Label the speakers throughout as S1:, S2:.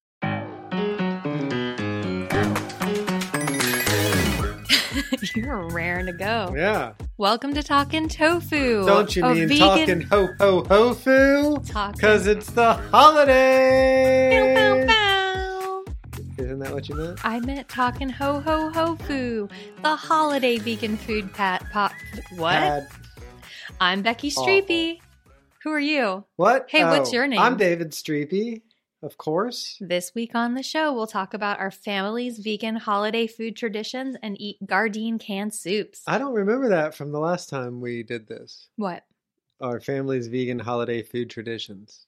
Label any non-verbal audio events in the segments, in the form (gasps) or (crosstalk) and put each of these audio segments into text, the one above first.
S1: (laughs) You're raring to go.
S2: Yeah.
S1: Welcome to Talking Tofu.
S2: Don't you
S1: a
S2: mean
S1: Oh, vegan-
S2: talking ho ho ho foo?
S1: Talking-
S2: Because it's the
S1: Bow, bow,
S2: holiday.
S1: bow.
S2: Isn't that what you meant?
S1: I meant talking ho ho ho foo, the holiday vegan food pat pop. What?
S2: Had-
S1: I'm Becky
S2: Awful.
S1: Streepy. Who are you?
S2: what? Oh,
S1: Hey, what's your name?
S2: I'm David Streepy, of course.
S1: This week on the show, we'll talk about our family's vegan holiday food traditions and eat Gardein canned soups.
S2: I don't remember that from the last time we did this.
S1: what?
S2: Our family's vegan holiday food traditions.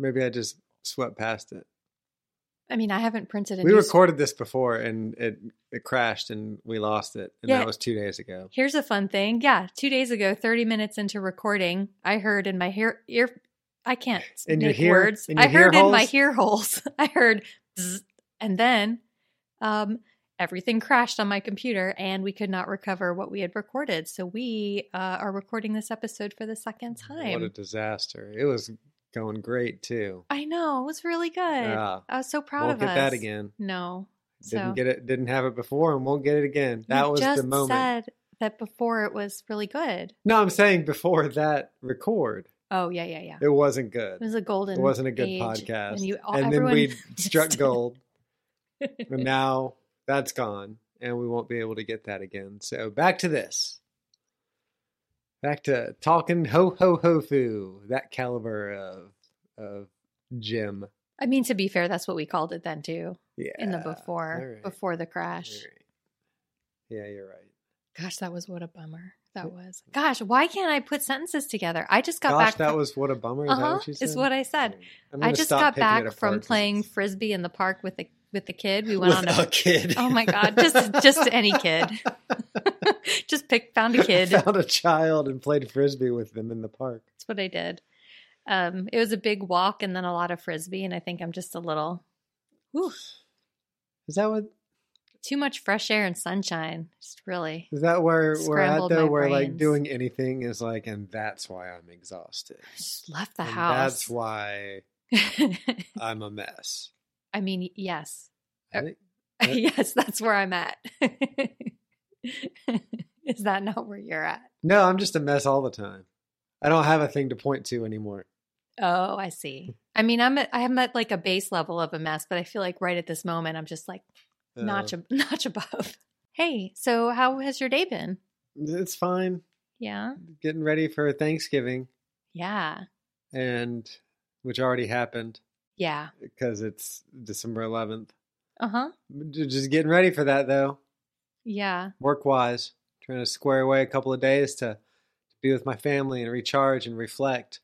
S2: Maybe I just swept past it.
S1: I mean, I haven't printed a
S2: We
S1: new
S2: recorded this before and it, it crashed and we lost it. And
S1: Yeah.
S2: that was two days ago.
S1: Here's a fun thing. Yeah, two days ago, 30 minutes into recording, I heard in my hair ear, I can't
S2: In your
S1: make
S2: hear-
S1: words.
S2: in
S1: I
S2: your hear
S1: heard in my
S2: holes?
S1: hear holes. (laughs) I heard, bzz, and then um, everything crashed on my computer, and we could not recover what we had recorded. So we uh, are recording this episode for the second
S2: What a
S1: time.
S2: disaster. It was going great too.
S1: I know it was really good.
S2: Yeah.
S1: I was so proud
S2: Won't
S1: of
S2: get
S1: us.
S2: that again.
S1: No,
S2: Didn't
S1: so
S2: get it. Didn't have it before, and won't get it again. That
S1: you
S2: was
S1: just
S2: the moment.
S1: Said that before it was really good.
S2: No, I'm saying before that record,
S1: Oh yeah, yeah, yeah.
S2: it wasn't good.
S1: It was a golden.
S2: It wasn't a good
S1: age,
S2: podcast.
S1: and you, all,
S2: and then
S1: everyone (laughs)
S2: we struck
S1: missed it. (laughs)
S2: gold, and now that's gone, and we won't be able to get that again. So back to this. Back to talking ho ho ho foo. That caliber of of Jim.
S1: I mean, to be fair, that's what we called it then too.
S2: Yeah.
S1: In the before,
S2: all right,
S1: before the
S2: all
S1: crash.
S2: right. Yeah, you're right.
S1: Gosh, that was what a bummer that was. Gosh, why can't I put sentences together? I just got
S2: Gosh,
S1: back.
S2: that
S1: fro-
S2: was what a bummer. Is that
S1: Uh-huh,
S2: what you
S1: is
S2: said?
S1: what I said.
S2: I'm
S1: I
S2: gonna
S1: just
S2: stop
S1: got
S2: picking it
S1: back from
S2: apart 'cause
S1: playing
S2: (laughs) it's-
S1: frisbee in the park with the with the kid. We went on
S2: With
S1: a.
S2: a kid.
S1: Oh my god! Just just any
S2: (laughs)
S1: kid. (laughs) just pick found a kid.
S2: Found a child and played frisbee with them in the park.
S1: That's what I did. Um, it was a big walk and then a lot of frisbee, and I think I'm just a little whew,
S2: Is that what?
S1: too much fresh air and sunshine. Just really,
S2: Is that where we're at
S1: Scrambled
S2: though?
S1: my
S2: Where like
S1: brains.
S2: doing anything is like, and that's why I'm exhausted.
S1: just left the
S2: And
S1: house.
S2: That's why
S1: (laughs)
S2: I'm a mess.
S1: I mean, yes, (laughs)
S2: I
S1: Uh,
S2: think- Yep.
S1: yes, that's where I'm at. (laughs) Is that not where you're at?
S2: No, I'm just a mess all the time. I don't have a thing to point to anymore.
S1: Oh, I
S2: (laughs)
S1: see. I mean, I'm at, I'm at like a base level of a mess, but I feel like right at this moment, I'm just like
S2: Uh,
S1: notch ab- (laughs) notch above. Hey, so how has your day been?
S2: It's fine.
S1: Yeah,
S2: Getting ready for Thanksgiving,
S1: yeah,
S2: and which already happened
S1: yeah.
S2: because it's December 11th.
S1: Uh huh.
S2: J- Just getting ready for that though.
S1: Yeah.
S2: work wise, trying to square away a couple of days to be with my family and recharge and reflect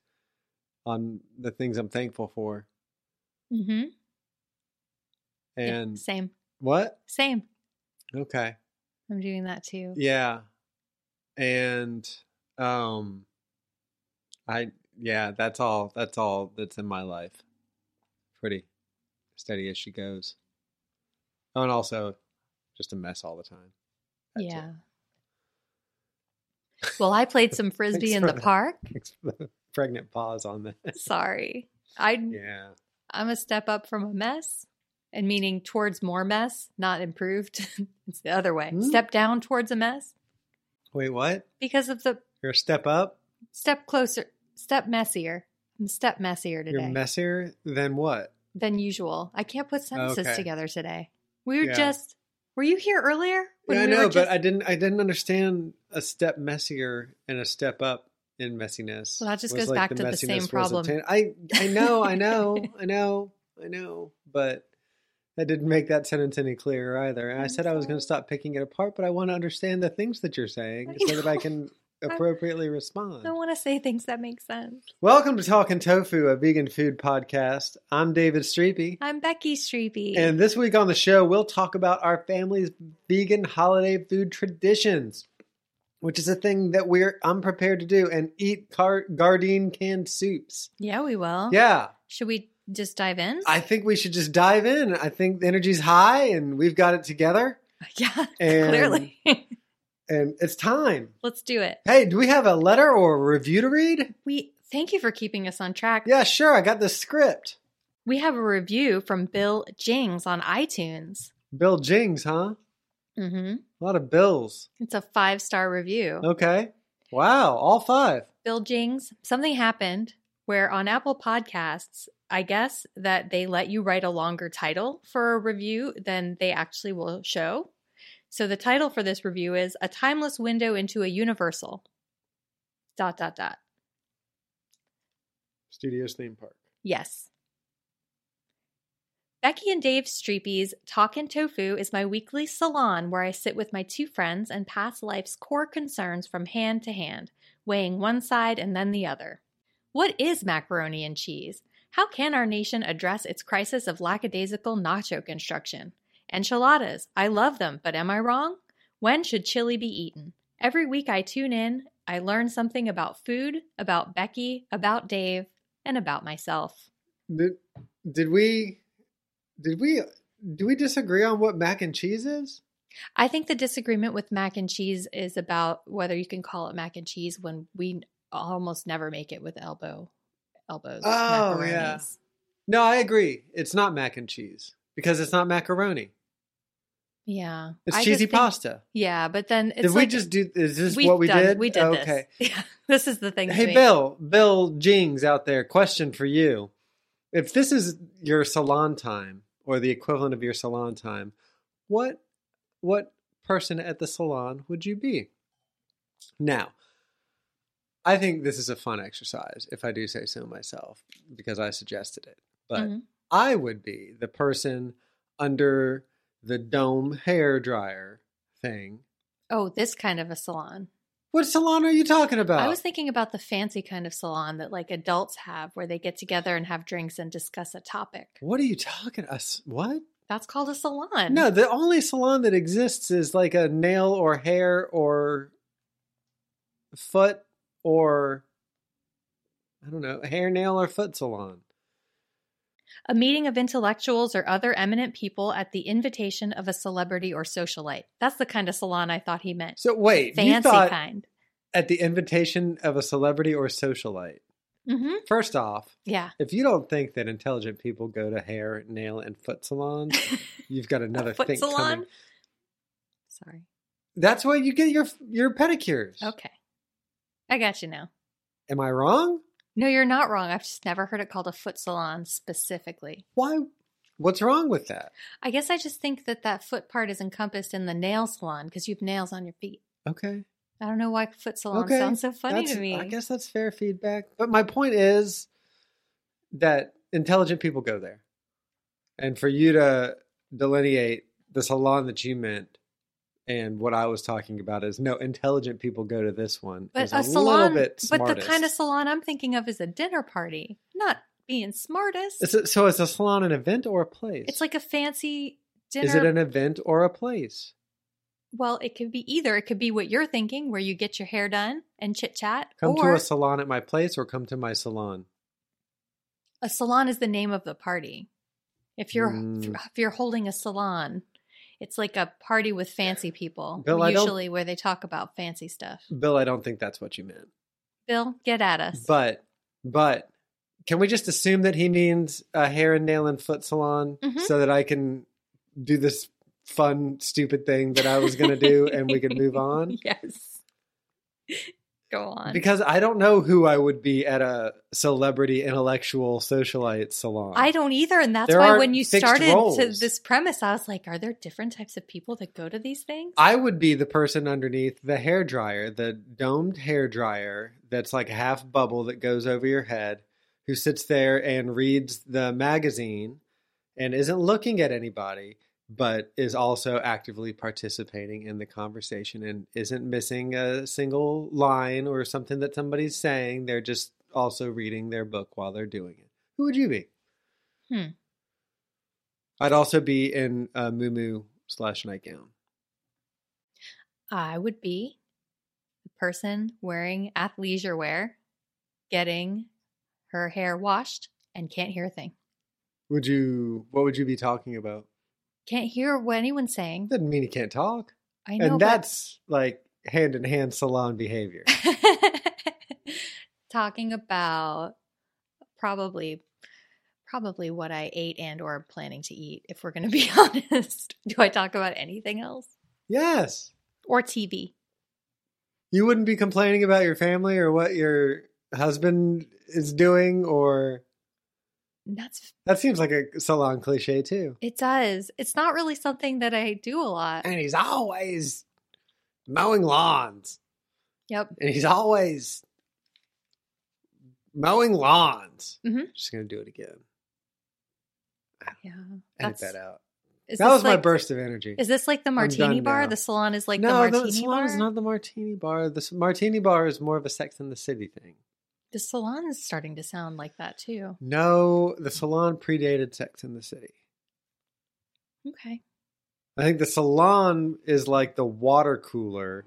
S2: on the things I'm thankful for.
S1: Mm-hmm.
S2: And
S1: same,
S2: what?
S1: same.
S2: Okay.
S1: I'm doing that too.
S2: Yeah. And um I yeah, that's all that's all that's in my life. Pretty steady as she goes. Oh, and also just a mess all the time. (laughs) That's it.
S1: yeah. Well, I played
S2: (laughs)
S1: some frisbee in
S2: for
S1: the
S2: that.
S1: park.
S2: Thanks for the pregnant pause on that.
S1: Mm-hmm. Sorry, I
S2: Yeah.
S1: I'm a step up from a mess, and meaning towards more mess, not improved. (laughs) it's the other way.
S2: Hmm?
S1: Step down towards a mess
S2: Wait, what?
S1: because of the
S2: You're a step up?
S1: step closer, step messier. step messier
S2: You're
S1: today
S2: messier than what?
S1: than usual. I can't put sentences
S2: Okay.
S1: together today. We were
S2: Yeah.
S1: just. Were you here earlier?
S2: yeah, I
S1: we were
S2: know, but
S1: just-
S2: I didn't. I didn't understand a step messier and a step up in messiness.
S1: Well, that just
S2: was
S1: goes back to the
S2: messiness
S1: same
S2: was
S1: problem.
S2: obtained. I I know,
S1: (laughs)
S2: I know, I know, I know, but that didn't make that sentence any clearer either. I said I was going to stop picking it apart, but I want to understand the things that you're saying
S1: I
S2: so that I
S1: know. (laughs)
S2: can appropriately respond.
S1: I want to say things that make sense.
S2: Welcome to Talking Tofu, a vegan food podcast. I'm David Streepy.
S1: I'm Becky Streepy.
S2: And this week on the show, we'll talk about our family's vegan holiday food traditions, which is a thing that we're unprepared to do and eat car- Gardein canned soups.
S1: yeah, we will.
S2: Yeah,
S1: Should we just dive in?
S2: I think we should just dive in. I think the energy's high and we've got it together
S1: (laughs) yeah,
S2: And-
S1: clearly. (laughs)
S2: and it's time.
S1: Let's do it.
S2: Hey, do we have a letter or a review to read?
S1: We thank you for keeping us on track.
S2: Yeah, sure. I got the script.
S1: We have a review from Bill Jings on iTunes.
S2: Bill Jings, huh?
S1: Mm-hmm.
S2: A lot of bills.
S1: It's a five star review.
S2: Okay. Wow, all five.
S1: Bill Jings, something happened where on Apple Podcasts, I guess that they let you write a longer title for a review than they actually will show. So the title for this review is A Timeless Window into a Universal. Dot, dot, dot.
S2: Studios theme park.
S1: Yes. Becky and Dave Streepy's Talkin' Tofu is my weekly salon where I sit with my two friends and pass life's core concerns from hand to hand, weighing one side and then the other. What is macaroni and cheese? How can our nation address its crisis of lackadaisical nacho construction? Enchiladas, I love them, but am I wrong? When should chili be eaten? Every week I tune in, I learn something about food, about Becky, about Dave, and about myself.
S2: Did, did we did we do we disagree on what mac and cheese is?
S1: I think the disagreement with mac and cheese is about whether you can call it mac and cheese when we almost never make it with elbow elbows.
S2: Oh, yeah.
S1: macaronis.
S2: No, I agree. It's not mac and cheese because it's not macaroni.
S1: yeah.
S2: It's
S1: I just
S2: cheesy
S1: think-
S2: pasta.
S1: Yeah, but then it's
S2: Did we
S1: like-
S2: just do is this
S1: we've
S2: what we
S1: done-
S2: did?
S1: We did
S2: okay.
S1: this. (laughs) Yeah, this is the thing. to
S2: Hey
S1: me.
S2: Bill, Bill Jings out there, question for you. If this is your salon time or the equivalent of your salon time, what what person at the salon would you be? Now, I think this is a fun exercise, if I do say so myself, because I suggested it. But
S1: Mhm.
S2: I would be the person under the dome hair dryer thing.
S1: Oh, this kind of a salon.
S2: What salon are you talking about?
S1: I was thinking about the fancy kind of salon that like adults have where they get together and have drinks and discuss a topic.
S2: what are you talking? Us? What?
S1: That's called a salon.
S2: No, the only salon that exists is like a nail or hair or foot or I don't know, hair, nail, or foot salon.
S1: A meeting of intellectuals or other eminent people at the invitation of a celebrity or socialite. That's the kind of salon I thought he meant.
S2: So wait, you
S1: Fancy
S2: thought
S1: kind.
S2: at the invitation of a celebrity or socialite.
S1: hmm
S2: First off,
S1: Yeah.
S2: if you don't think that intelligent people go to hair, nail, and
S1: (laughs)
S2: foot salons, you've got another
S1: A foot
S2: thing
S1: salon.
S2: coming.
S1: Sorry.
S2: That's where you get your your pedicures.
S1: Okay. I got you now.
S2: Am I wrong?
S1: No, you're not wrong. I've just never heard it called a foot salon specifically.
S2: Why? What's wrong with that?
S1: I guess I just think that that foot part is encompassed in the nail salon because you have nails on your feet.
S2: Okay.
S1: I don't know why foot salon sounds so funny
S2: that's-
S1: to me.
S2: I guess that's fair feedback. But my point is that intelligent people go there. And for you to delineate the salon that you meant and what I was talking about is no, intelligent people go to this one.
S1: but
S2: is
S1: a, salon,
S2: little bit
S1: but the kind of
S2: smartest.
S1: salon I'm thinking of is a dinner party, not being smartest.
S2: Is it- so is a salon an event or a place?
S1: It's like a fancy dinner.
S2: Is it an event or a place?
S1: well, it could be either. It could be what you're thinking, where you get your hair done and chit chat,
S2: Come
S1: or
S2: to a salon at my place or come to my salon.
S1: a salon is the name of the party. If you're
S2: Mm.
S1: if you're holding a salon, it's like a party with fancy people,
S2: Bill, I don't-
S1: usually where they talk about fancy stuff.
S2: Bill, I don't think that's what you meant.
S1: Bill, get at us.
S2: But but can we just assume that he means a hair and nail and foot salon
S1: Mhm.
S2: so that I can do this
S1: (laughs)
S2: fun stupid thing that I was going to do and we can move on?
S1: yes. Go on.
S2: Because I don't know who I would be at a celebrity intellectual socialite salon.
S1: I don't either, and that's
S2: There
S1: why
S2: aren't
S1: when you
S2: fixed
S1: started to
S2: roles.
S1: this premise, I was like, "Are there different types of people that go to these things?"
S2: I would be the person underneath the hair dryer, the domed hair dryer that's like half bubble that goes over your head, who sits there and reads the magazine and isn't looking at anybody, but is also actively participating in the conversation and isn't missing a single line or something that somebody's saying. They're just also reading their book while they're doing it. Who would you be?
S1: Hmm.
S2: I'd also be in a moo slash nightgown.
S1: I would be the person wearing athleisure wear, getting her hair washed, and can't hear a thing.
S2: Would you? What would you be talking about?
S1: Can't hear what anyone's saying.
S2: Doesn't mean he can't talk.
S1: I know,
S2: and
S1: but-
S2: that's like hand in hand salon behavior.
S1: (laughs) talking about probably probably what I ate and or planning to eat if we're going to be (laughs) honest. Do I talk about anything else
S2: yes,
S1: or TV?
S2: you wouldn't be complaining about your family or what your husband is doing, or
S1: That's
S2: that seems like a salon cliche too.
S1: it does. It's not really something that I do a lot.
S2: And he's always mowing lawns,
S1: Yep.
S2: and he's always mowing lawns.
S1: Mhm.
S2: Just gonna do it again.
S1: Yeah.
S2: Edit
S1: That's
S2: that out.
S1: is
S2: That
S1: this
S2: was my
S1: like-
S2: burst of energy.
S1: Is this like the martini
S2: done
S1: bar?
S2: now.
S1: The salon is like
S2: no,
S1: the martini
S2: salon
S1: bar.
S2: is not the martini bar. The s- martini bar is more of a Sex in the City thing.
S1: the salon is starting to sound like that too.
S2: No, the salon predated Sex in the City.
S1: Okay.
S2: I think the salon is like the water cooler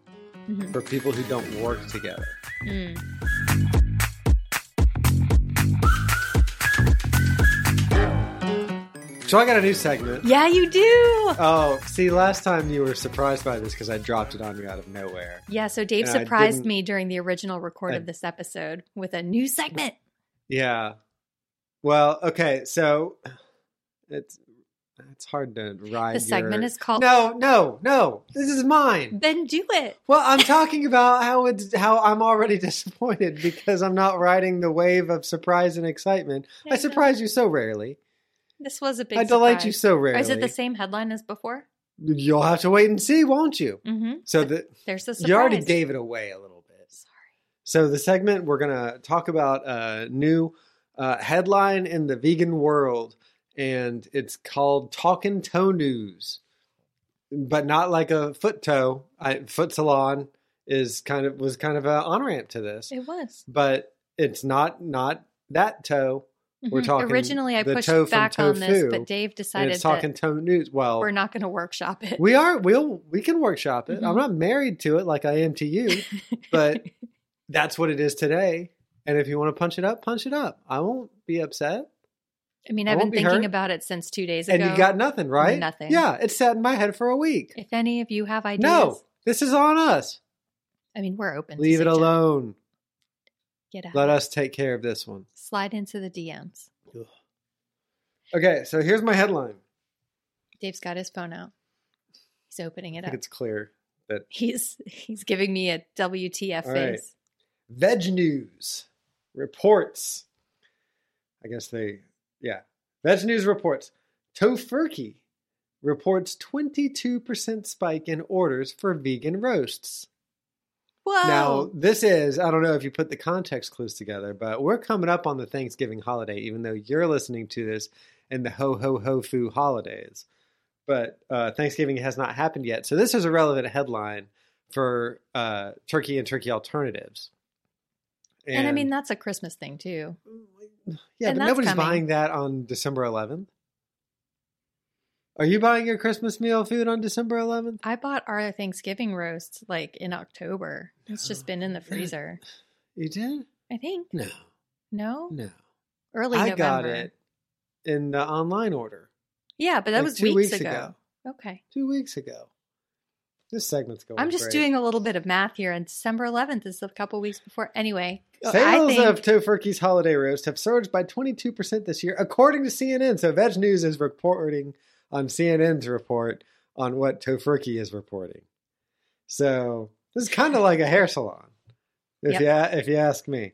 S1: Mhm.
S2: for people who don't work together.
S1: Mm.
S2: So I got a new segment.
S1: Yeah, you do.
S2: Oh, see, last time you were surprised by this because I dropped it on you out of nowhere.
S1: Yeah, so Dave
S2: And I
S1: surprised
S2: didn't-
S1: me during the original record
S2: I-
S1: of this episode with a new segment.
S2: Yeah. Well, okay, so it's it's hard to ride.
S1: The segment
S2: your-
S1: is called
S2: No, no, no. This is mine.
S1: Then Do It.
S2: Well, I'm talking about how it's how I'm already (laughs) disappointed because I'm not riding the wave of surprise and excitement.
S1: I
S2: I surprise you so rarely.
S1: uh, This was a big
S2: I delight
S1: surprise.
S2: you so
S1: Or
S2: rarely.
S1: Is it the same headline as before?
S2: You'll have to wait and see, won't you?
S1: Mm-hmm.
S2: So the,
S1: There's the surprise.
S2: you already gave it away a little bit.
S1: Sorry.
S2: So the segment we're gonna talk about a new uh, headline in the vegan world, and it's called "Talking Toe News," but not like a foot toe. I, foot salon is kind of was kind of an on ramp to this.
S1: It was.
S2: but it's not not that toe. We're
S1: Mhm.
S2: talking
S1: Originally, I
S2: the
S1: pushed
S2: toe from
S1: back on this,
S2: tofu,
S1: but Dave
S2: And
S1: decided
S2: it's talking
S1: that
S2: toe news. Well,
S1: we're not going to workshop it.
S2: We are. We'll we can workshop it.
S1: Mhm.
S2: I'm not married to it like I am to you,
S1: (laughs)
S2: but that's what it is today. And if you want to punch it up, punch it up. I won't be upset.
S1: I mean,
S2: I
S1: I've been
S2: won't be
S1: thinking
S2: hurt.
S1: about it since two days
S2: And
S1: ago.
S2: you got nothing, right?
S1: Nothing.
S2: Yeah, it sat in my head for a week.
S1: if any of you have ideas,
S2: No, this is on us.
S1: I mean, we're open. to
S2: Leave it
S1: suggest-
S2: alone.
S1: Get out.
S2: Let us take care of this one.
S1: slide into the DMs.
S2: Okay, so here's my headline.
S1: Dave's got his phone out. He's opening it
S2: I think
S1: up.
S2: it's clear that
S1: He's he's giving me a WTF
S2: All right.
S1: face.
S2: Veg News reports. I guess they, yeah. Veg News reports. Tofurkey reports 22% spike in orders for vegan roasts.
S1: Whoa!
S2: Now, this is, I don't know if you put the context clues together, but we're coming up on the Thanksgiving holiday, even though you're listening to this in the ho ho ho foo holidays. But uh, Thanksgiving has not happened yet. So this is a relevant headline for uh, turkey and turkey alternatives.
S1: and, I mean that's a Christmas thing too.
S2: yeah,
S1: and
S2: but
S1: that's
S2: nobody's
S1: coming.
S2: buying that on December 11th. Are you buying your Christmas meal food on December 11th?
S1: I bought our Thanksgiving roast like in October. It's just been
S2: (gasps)
S1: in the freezer.
S2: You did?
S1: I think
S2: No,
S1: no,
S2: no.
S1: early
S2: I
S1: November.
S2: got it in the online order.
S1: Yeah, but that
S2: Like
S1: was
S2: two
S1: weeks,
S2: weeks
S1: ago.
S2: ago.
S1: Okay,
S2: two weeks ago. This segment's going.
S1: I'm just
S2: Oh, great.
S1: doing a little bit of math here, and December 11th is a couple weeks before. Anyway, I
S2: Sales
S1: think
S2: of Tofurkey's holiday roast have surged by 22% this year, according to CNN. So Veg News is reporting on CNN's report on what Tofurkey is reporting. So this is kind of like a hair salon. If yeah, if you ask me,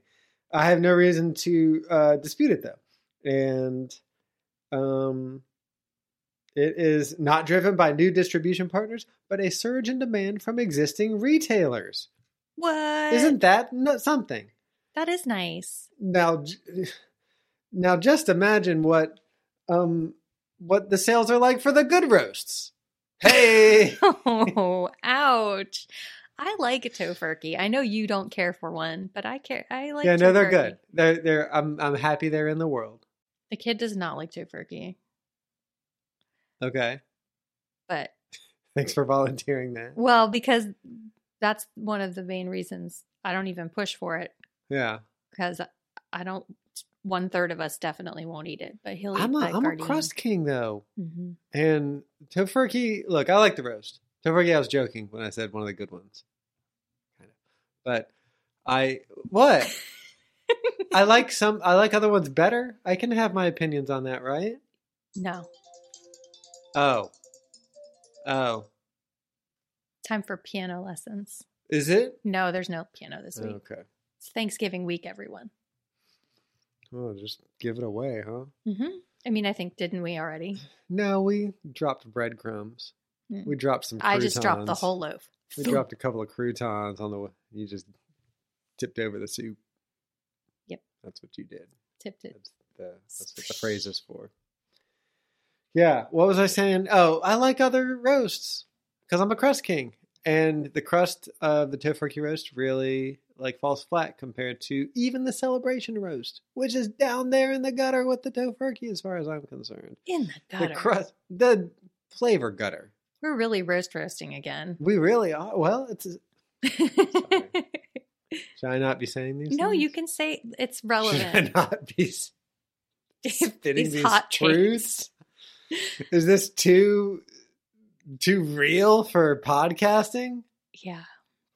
S2: I have no reason to uh, dispute it though, and um, it is not driven by new distribution partners, but a surge in demand from existing retailers.
S1: What?
S2: Isn't that no- something?
S1: that is
S2: (laughs)
S1: nice. (laughs)
S2: now j- now just imagine what um what the sales are like for the good roasts
S1: (laughs)
S2: hey
S1: Oh, ouch. I like a tofurkey. I know you don't care for one, but I care. I like
S2: yeah no they're
S1: tofurkey.
S2: good they're they're i'm i'm happy they're in the world
S1: The kid does not like tofurkey,
S2: okay
S1: but
S2: thanks for volunteering that
S1: well, because that's one of the main reasons I don't even push for it
S2: yeah
S1: because I don't. One third of us definitely won't eat it, but he'll eat
S2: i'm a
S1: that
S2: i'm a
S1: Gardein.
S2: crust king though
S1: Mhm.
S2: and tofurkey look i like the roast tofurkey i was joking when i said one of the good ones kind of but i
S1: (laughs)
S2: what i like some i like other ones better i can have my opinions on that right
S1: No,
S2: Oh. Oh.
S1: time for piano lessons.
S2: Is it?
S1: No, there's no piano this week.
S2: Okay.
S1: It's Thanksgiving week, everyone.
S2: Oh, just give it away, huh? Mm-hmm.
S1: hmm I mean, I think didn't we
S2: (laughs)
S1: already?
S2: No, we dropped breadcrumbs.
S1: Mm.
S2: We dropped some
S1: I
S2: croutons.
S1: just dropped the whole loaf.
S2: We dropped a couple of croutons on the way. You just tipped over the soup.
S1: Yep.
S2: That's what you did.
S1: Tipped it.
S2: That's the that's what the phrase is for. Yeah. What was I saying? Oh, I like other roasts because I'm a crust king, and the crust of the tofurkey roast really like falls flat compared to even the celebration roast, which is down there in the gutter with the tofurkey, as far as I'm concerned.
S1: In the gutter.
S2: The crust, the flavor gutter.
S1: We're really roast roasting
S2: (laughs)
S1: again. (laughs)
S2: We really are. Well, it's. Should I not be saying these?
S1: no,
S2: things?
S1: you can say it's
S2: (laughs) Should
S1: (laughs)
S2: I
S1: relevant.
S2: not be s- spitting
S1: These
S2: these
S1: hot
S2: truths? Is this too too real for podcasting? (laughs)
S1: Yeah.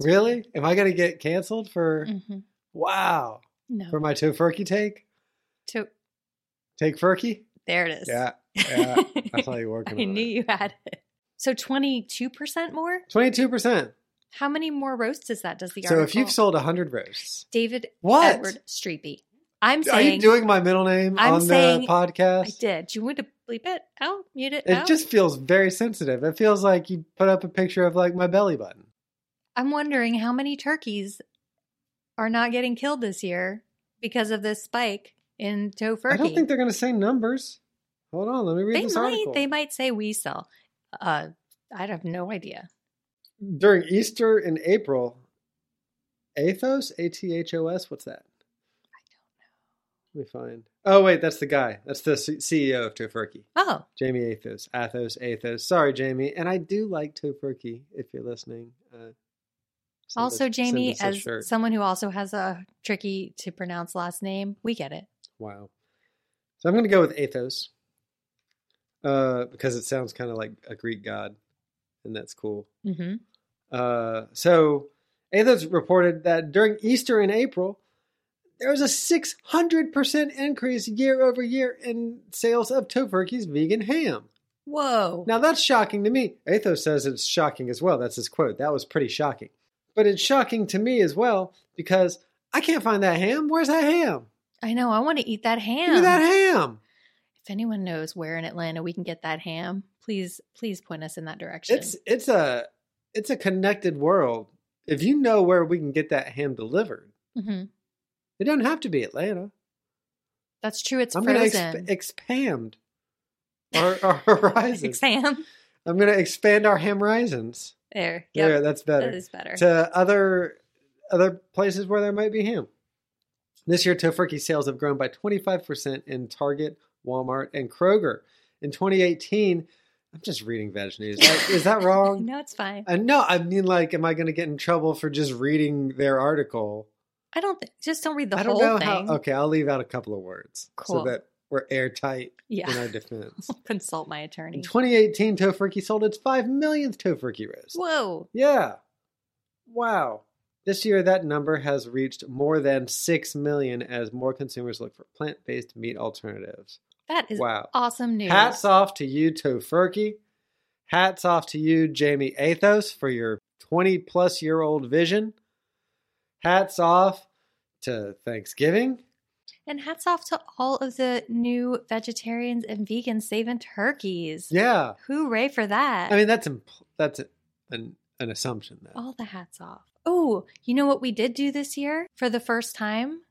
S2: Really? Am I gonna get canceled for
S1: hmm
S2: wow
S1: No.
S2: for my tofurkey take?
S1: To-
S2: Take furkey?
S1: there it is. (laughs)
S2: Yeah, yeah. I saw you working.
S1: I knew you had it. So 22% more?
S2: Twenty-two percent.
S1: How many more roasts is that? Does the
S2: So if
S1: article-
S2: you've sold hundred roasts,
S1: David
S2: What?
S1: Edward Streepy. I'm
S2: are
S1: saying
S2: you doing my middle name
S1: I'm
S2: on the
S1: saying
S2: podcast?
S1: I did. Oh. Do you want to bleep it out? Mute it,
S2: It
S1: out?
S2: just feels very sensitive. It feels like you put up a picture of like my belly button.
S1: I'm wondering how many turkeys are not getting killed this year because of this spike in tofurkey.
S2: I don't think they're going to say numbers. Hold on, let me read
S1: They
S2: this
S1: might.
S2: article.
S1: They might say we sell. Uh, I have no idea.
S2: During Easter in April, Athos, A T H O S, what's that? I don't know. Let me find. Oh wait, that's the guy. That's the C- CEO of Tofurkey,
S1: Oh,
S2: Jamie Athos. Athos, Athos. Sorry, Jamie. And I do like Tofurkey. If you're listening. Uh, send
S1: also
S2: us- send
S1: Jamie,
S2: us a
S1: as
S2: shirt.
S1: someone who also has a tricky to pronounce last name, we get it.
S2: Wow. So I'm going to go with Athos uh, because it sounds kind of like a Greek god, and that's cool.
S1: Mm-hmm.
S2: Uh, so Athos reported that during Easter in April, there was a 600% increase year over year in sales of Tofurkey's vegan ham.
S1: Whoa.
S2: Now that's shocking to me. Athos says it's shocking as well. That's his quote. That was pretty shocking. But it's shocking to me as well because I can't find that ham. Where's that ham?
S1: I know. I want to eat that
S2: Give
S1: ham.
S2: me that ham.
S1: If anyone knows where in Atlanta we can get that ham, please, please point us in that direction.
S2: It's it's a it's a connected world. If you know where we can get that ham delivered,
S1: Mhm.
S2: it doesn't have to be Atlanta.
S1: That's true. It's
S2: I'm going to
S1: frozen. (laughs)
S2: exp- (laughs) expand our, our horizons.
S1: Sam.
S2: I'm going to expand our ham horizons.
S1: There.
S2: Yeah,
S1: Yep.
S2: that's better.
S1: That is better.
S2: To other other places where there might be ham. This year, tofurkey sales have grown by 25% in Target, Walmart, and Kroger. In 2018, I'm just reading veg news. Like,
S1: (laughs)
S2: Is that wrong?
S1: no, it's fine.
S2: Uh, no, I mean, like, am I going to get in trouble for just reading their article?
S1: I don't think. Just don't read the
S2: I don't
S1: whole
S2: know
S1: thing.
S2: how. uh, Okay, I'll leave out a couple of words so
S1: Cool.
S2: that we're airtight
S1: (laughs)
S2: in
S1: yeah.
S2: our defense.
S1: (laughs) Consult my
S2: in
S1: attorney.
S2: 2018, Tofurkey sold its five millionth Tofurkey roast.
S1: Whoa.
S2: Yeah. Wow. This year, that number has reached more than six million as more consumers look for plant-based meat alternatives.
S1: That is
S2: Wow.
S1: awesome news.
S2: Hats off to you, Tofurkey. Hats off to you, Jamie Athos, for your 20 plus year old vision. hats off to Thanksgiving.
S1: And hats off to all of the new vegetarians and vegans saving turkeys.
S2: Yeah.
S1: Hooray for that.
S2: I mean, that's imp- that's a- an an assumption though.
S1: all the hats off. Oh, you know what we did do this year for the first time?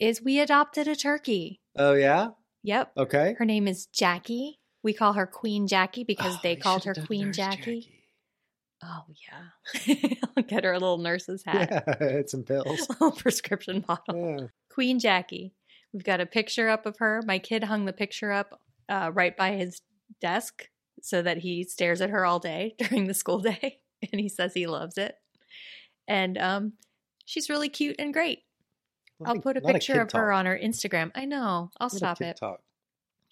S1: Is we adopted a turkey.
S2: Oh yeah.
S1: Yep.
S2: Okay.
S1: Her name is Jackie. We call her Queen Jackie because
S2: Oh,
S1: they
S2: we
S1: called
S2: should've
S1: her
S2: done
S1: Queen
S2: Nurse
S1: Jackie. Oh, yeah. (laughs) I'll get her a little nurse's hat,
S2: Yeah, (laughs) and some
S1: (laughs)
S2: pills.
S1: little prescription bottle.
S2: Yeah.
S1: Queen Jackie. We've got a picture up of her. My kid hung the picture up uh, right by his desk so that he stares at her all day (laughs) during the school day. (laughs) And he says he loves it. And um, she's really cute and great. I'll put a picture of her on her Instagram. I know. I'll stop it.
S2: Talk.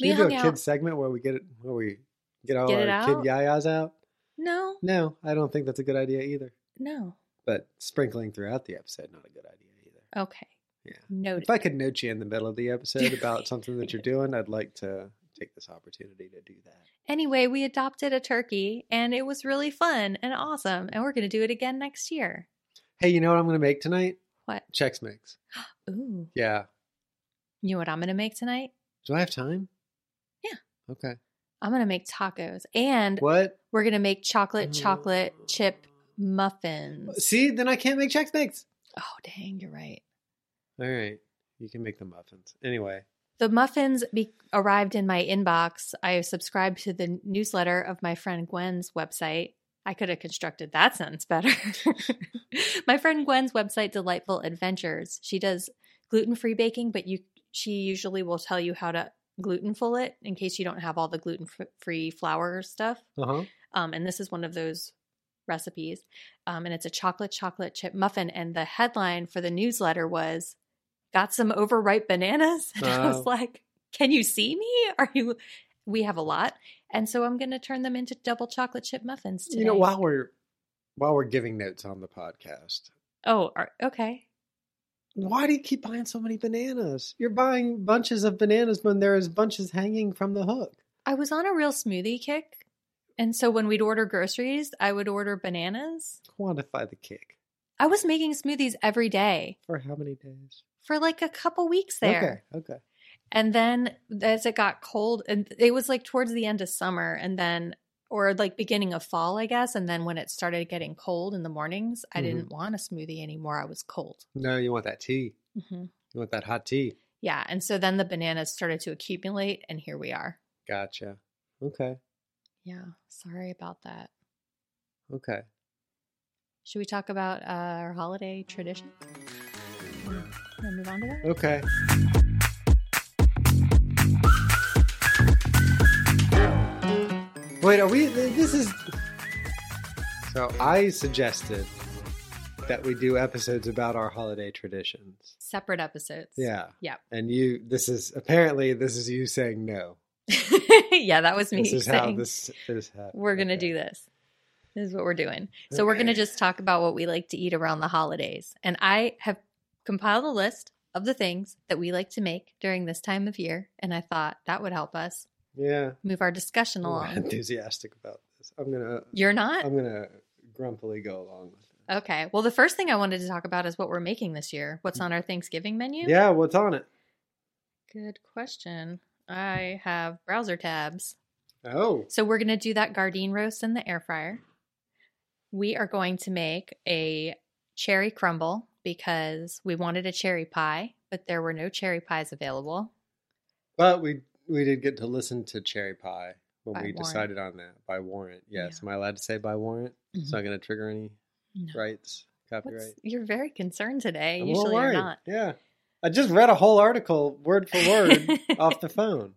S1: We
S2: Can you do
S1: hung
S2: a
S1: out.
S2: kid segment where we get it, where we get all
S1: Get it
S2: our kid
S1: out?
S2: yayas out?
S1: No,
S2: No, I don't think that's a good idea either.
S1: no.
S2: But sprinkling throughout the episode, not a good idea either.
S1: Okay.
S2: Yeah.
S1: Noted.
S2: If I could note you in the middle of the episode
S1: (laughs)
S2: about something that you're doing, I'd like to take this opportunity to do that.
S1: Anyway, we adopted a turkey and it was really fun and awesome. And we're going to do it again next year.
S2: Hey, you know what I'm going to make tonight?
S1: What?
S2: Chex Mix.
S1: Ooh.
S2: Yeah.
S1: You know what I'm going to make tonight?
S2: Do I have time?
S1: Yeah.
S2: Okay.
S1: I'm going to make tacos and
S2: What? Oh. Uh,
S1: we're going to make chocolate chocolate chip muffins.
S2: See, then I can't make Chex Mix.
S1: Oh, dang, you're right.
S2: All right. You can make the muffins. Anyway.
S1: The muffins be- arrived in my inbox. I subscribed to the newsletter of my friend Gwen's website. I could have constructed that sentence better. (laughs) my friend Gwen's website, Delightful Adventures. She does gluten free baking, but you she usually will tell you how to glutenful it in case you don't have all the gluten free flour stuff.
S2: Uh huh.
S1: Um, and this is one of those recipes. Um, and it's a chocolate chocolate chip muffin. And the headline for the newsletter was Got some overripe bananas. (laughs) And I
S2: Oh.
S1: was like, Can you see me? Are you? We have a lot. And so I'm going to turn them into double chocolate chip muffins today.
S2: You know, while we're while we're giving notes on the podcast,
S1: Oh, are, okay.
S2: why do you keep buying so many bananas? You're buying bunches of bananas when there is bunches hanging from the hook.
S1: I was on a real smoothie kick. And so when we'd order groceries, I would order bananas.
S2: Quantify the kick
S1: I was making smoothies every day
S2: for how many days?
S1: for like a couple weeks there.
S2: Okay. Okay.
S1: And then as it got cold, and it was like towards the end of summer, and then or like beginning of fall, I guess. And then when it started getting cold in the mornings, I
S2: Mhm.
S1: didn't want a smoothie anymore. I was cold.
S2: No, you want that tea.
S1: hmm
S2: You want that hot tea.
S1: Yeah, and so then the bananas started to accumulate, and here we are.
S2: Gotcha. Okay.
S1: Yeah, sorry about that.
S2: Okay.
S1: Should we talk about uh, our holiday tradition? Wanna move on to that?
S2: Okay. Wait, are we? This is. So I suggested that we do episodes about our holiday traditions.
S1: Separate episodes.
S2: Yeah.
S1: Yep.
S2: And you, this is apparently this is you saying no.
S1: (laughs) yeah, that was me.
S2: This is how
S1: saying-
S2: this is happening.
S1: we're gonna do this this is what we're doing so we're gonna
S2: Okay.
S1: just talk about what we like to eat around the holidays and i have compiled a list of the things that we like to make during this time of year and i thought that would help us
S2: Yeah.
S1: move our discussion
S2: I'm not
S1: along
S2: enthusiastic about this. I'm gonna.
S1: you're not
S2: I'm gonna grumpily go along with it.
S1: okay well the first thing i wanted to talk about is what we're making this year what's on our thanksgiving menu
S2: Yeah. What's on it?
S1: good question i have browser tabs
S2: Oh.
S1: So we're going to do that gardein roast in the air fryer. We are going to make a cherry crumble because we wanted a cherry pie, but there were no cherry pies available.
S2: But we we did get to listen to Cherry Pie when
S1: By
S2: we
S1: warrant.
S2: decided on that by warrant. Yes, am I allowed to say by warrant? It's
S1: Mhm.
S2: not going to trigger any
S1: No.
S2: rights, copyright.
S1: What's- You're very concerned today.
S2: I'm a little
S1: Usually you're
S2: worried.
S1: not.
S2: Yeah, I just read a whole article word for
S1: (laughs)
S2: word off the phone.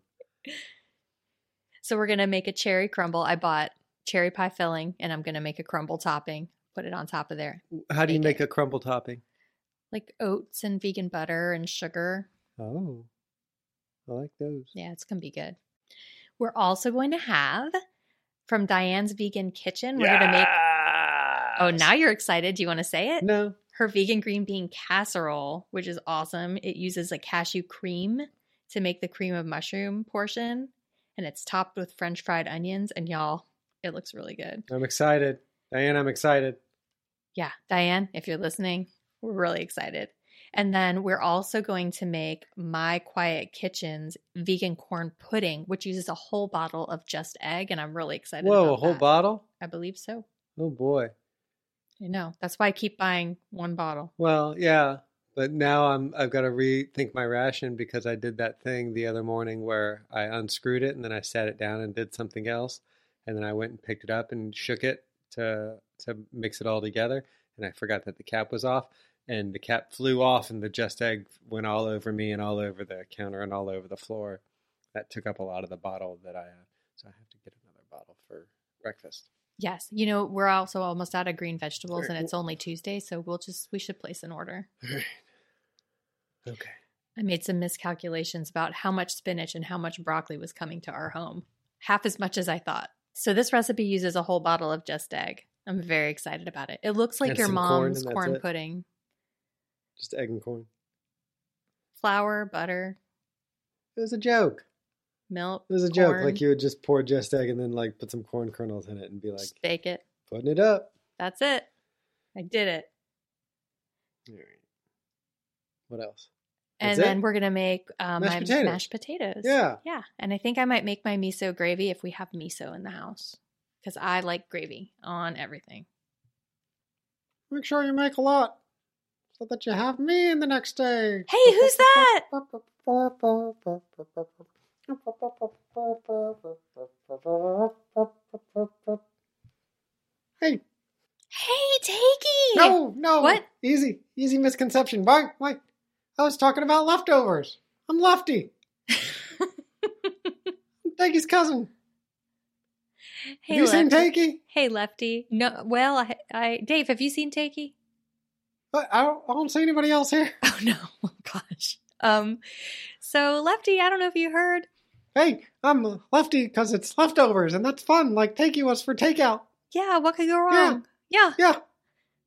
S1: So we're going to make a cherry crumble. I bought cherry pie filling and I'm going to make a crumble topping, put it on top of there.
S2: How do you
S1: Bake
S2: make a crumble topping?
S1: Like oats and vegan butter and sugar.
S2: Oh, I like those.
S1: Yeah, it's gonna be good. We're also going to have from Diane's Vegan Kitchen. We're gonna make. Oh, now you're excited. Do you want to say it?
S2: No,
S1: Her vegan green bean casserole, which is awesome. It uses a cashew cream to make the cream of mushroom portion, and it's topped with French fried onions. And y'all, it looks really good.
S2: I'm excited, Diane. I'm excited.
S1: Yeah, Diane, if you're listening, We're really excited. And then we're also going to make My Quiet Kitchen's vegan corn pudding, which uses a whole bottle of just egg. And I'm really excited.
S2: Whoa,
S1: about
S2: a whole
S1: that.
S2: bottle?
S1: I believe so.
S2: Oh boy.
S1: I know. That's why I keep buying one bottle.
S2: Well, yeah, but now I'm I've got to rethink my ration because I did that thing the other morning where I unscrewed it and then I sat it down and did something else, and then I went and picked it up and shook it to to mix it all together, and I forgot that the cap was off, and the cap flew off, and the just egg went all over me and all over the counter and all over the floor. That took up a lot of the bottle that I had, so I have to get another bottle for breakfast.
S1: Yes. You know, we're also almost out of green vegetables and it's only Tuesday. So we'll just, we should place an order.
S2: Okay.
S1: I made some miscalculations about how much spinach and how much broccoli was coming to our home. Half as much as I thought. So this recipe uses a whole bottle of just egg. I'm very excited about it. It looks like
S2: And
S1: your
S2: some corn,
S1: mom's
S2: and that's
S1: corn,
S2: it.
S1: pudding.
S2: Just egg and corn.
S1: Flour, butter,
S2: It was a joke.
S1: milk.
S2: It was a joke.
S1: corn,
S2: Like you would just pour just egg and then like put some corn kernels in it and be like
S1: just bake it.
S2: putting it up.
S1: That's it. I did it.
S2: All right. What else?
S1: And
S2: That's
S1: then
S2: it?
S1: we're gonna make um,
S2: Mashed
S1: my
S2: potatoes.
S1: mashed potatoes.
S2: Yeah.
S1: yeah. And I think I might make my miso gravy if we have miso in the house because I like gravy on everything.
S2: make sure you make a lot so that you have me in the next day.
S1: Hey, who's
S2: (laughs)
S1: that?
S2: Hey,
S1: Hey, Takey.
S2: no, no.
S1: What?
S2: Easy, easy misconception. Why? Why? I was talking about leftovers. I'm
S1: (laughs)
S2: Lefty. I'm Thanky's cousin.
S1: Hey,
S2: have you seen
S1: Lefty.
S2: Takey?
S1: Hey, Lefty. No, well, I, I Dave, have you seen
S2: (laughs)
S1: Takey?
S2: I I don't, I don't see anybody else here.
S1: Oh
S2: (laughs)
S1: no, oh, gosh. Um, so Lefty, I don't know if you heard.
S2: Hey, I'm lefty because it's leftovers and that's fun. Like Takey was for takeout.
S1: Yeah, what could go wrong? Yeah.
S2: Yeah,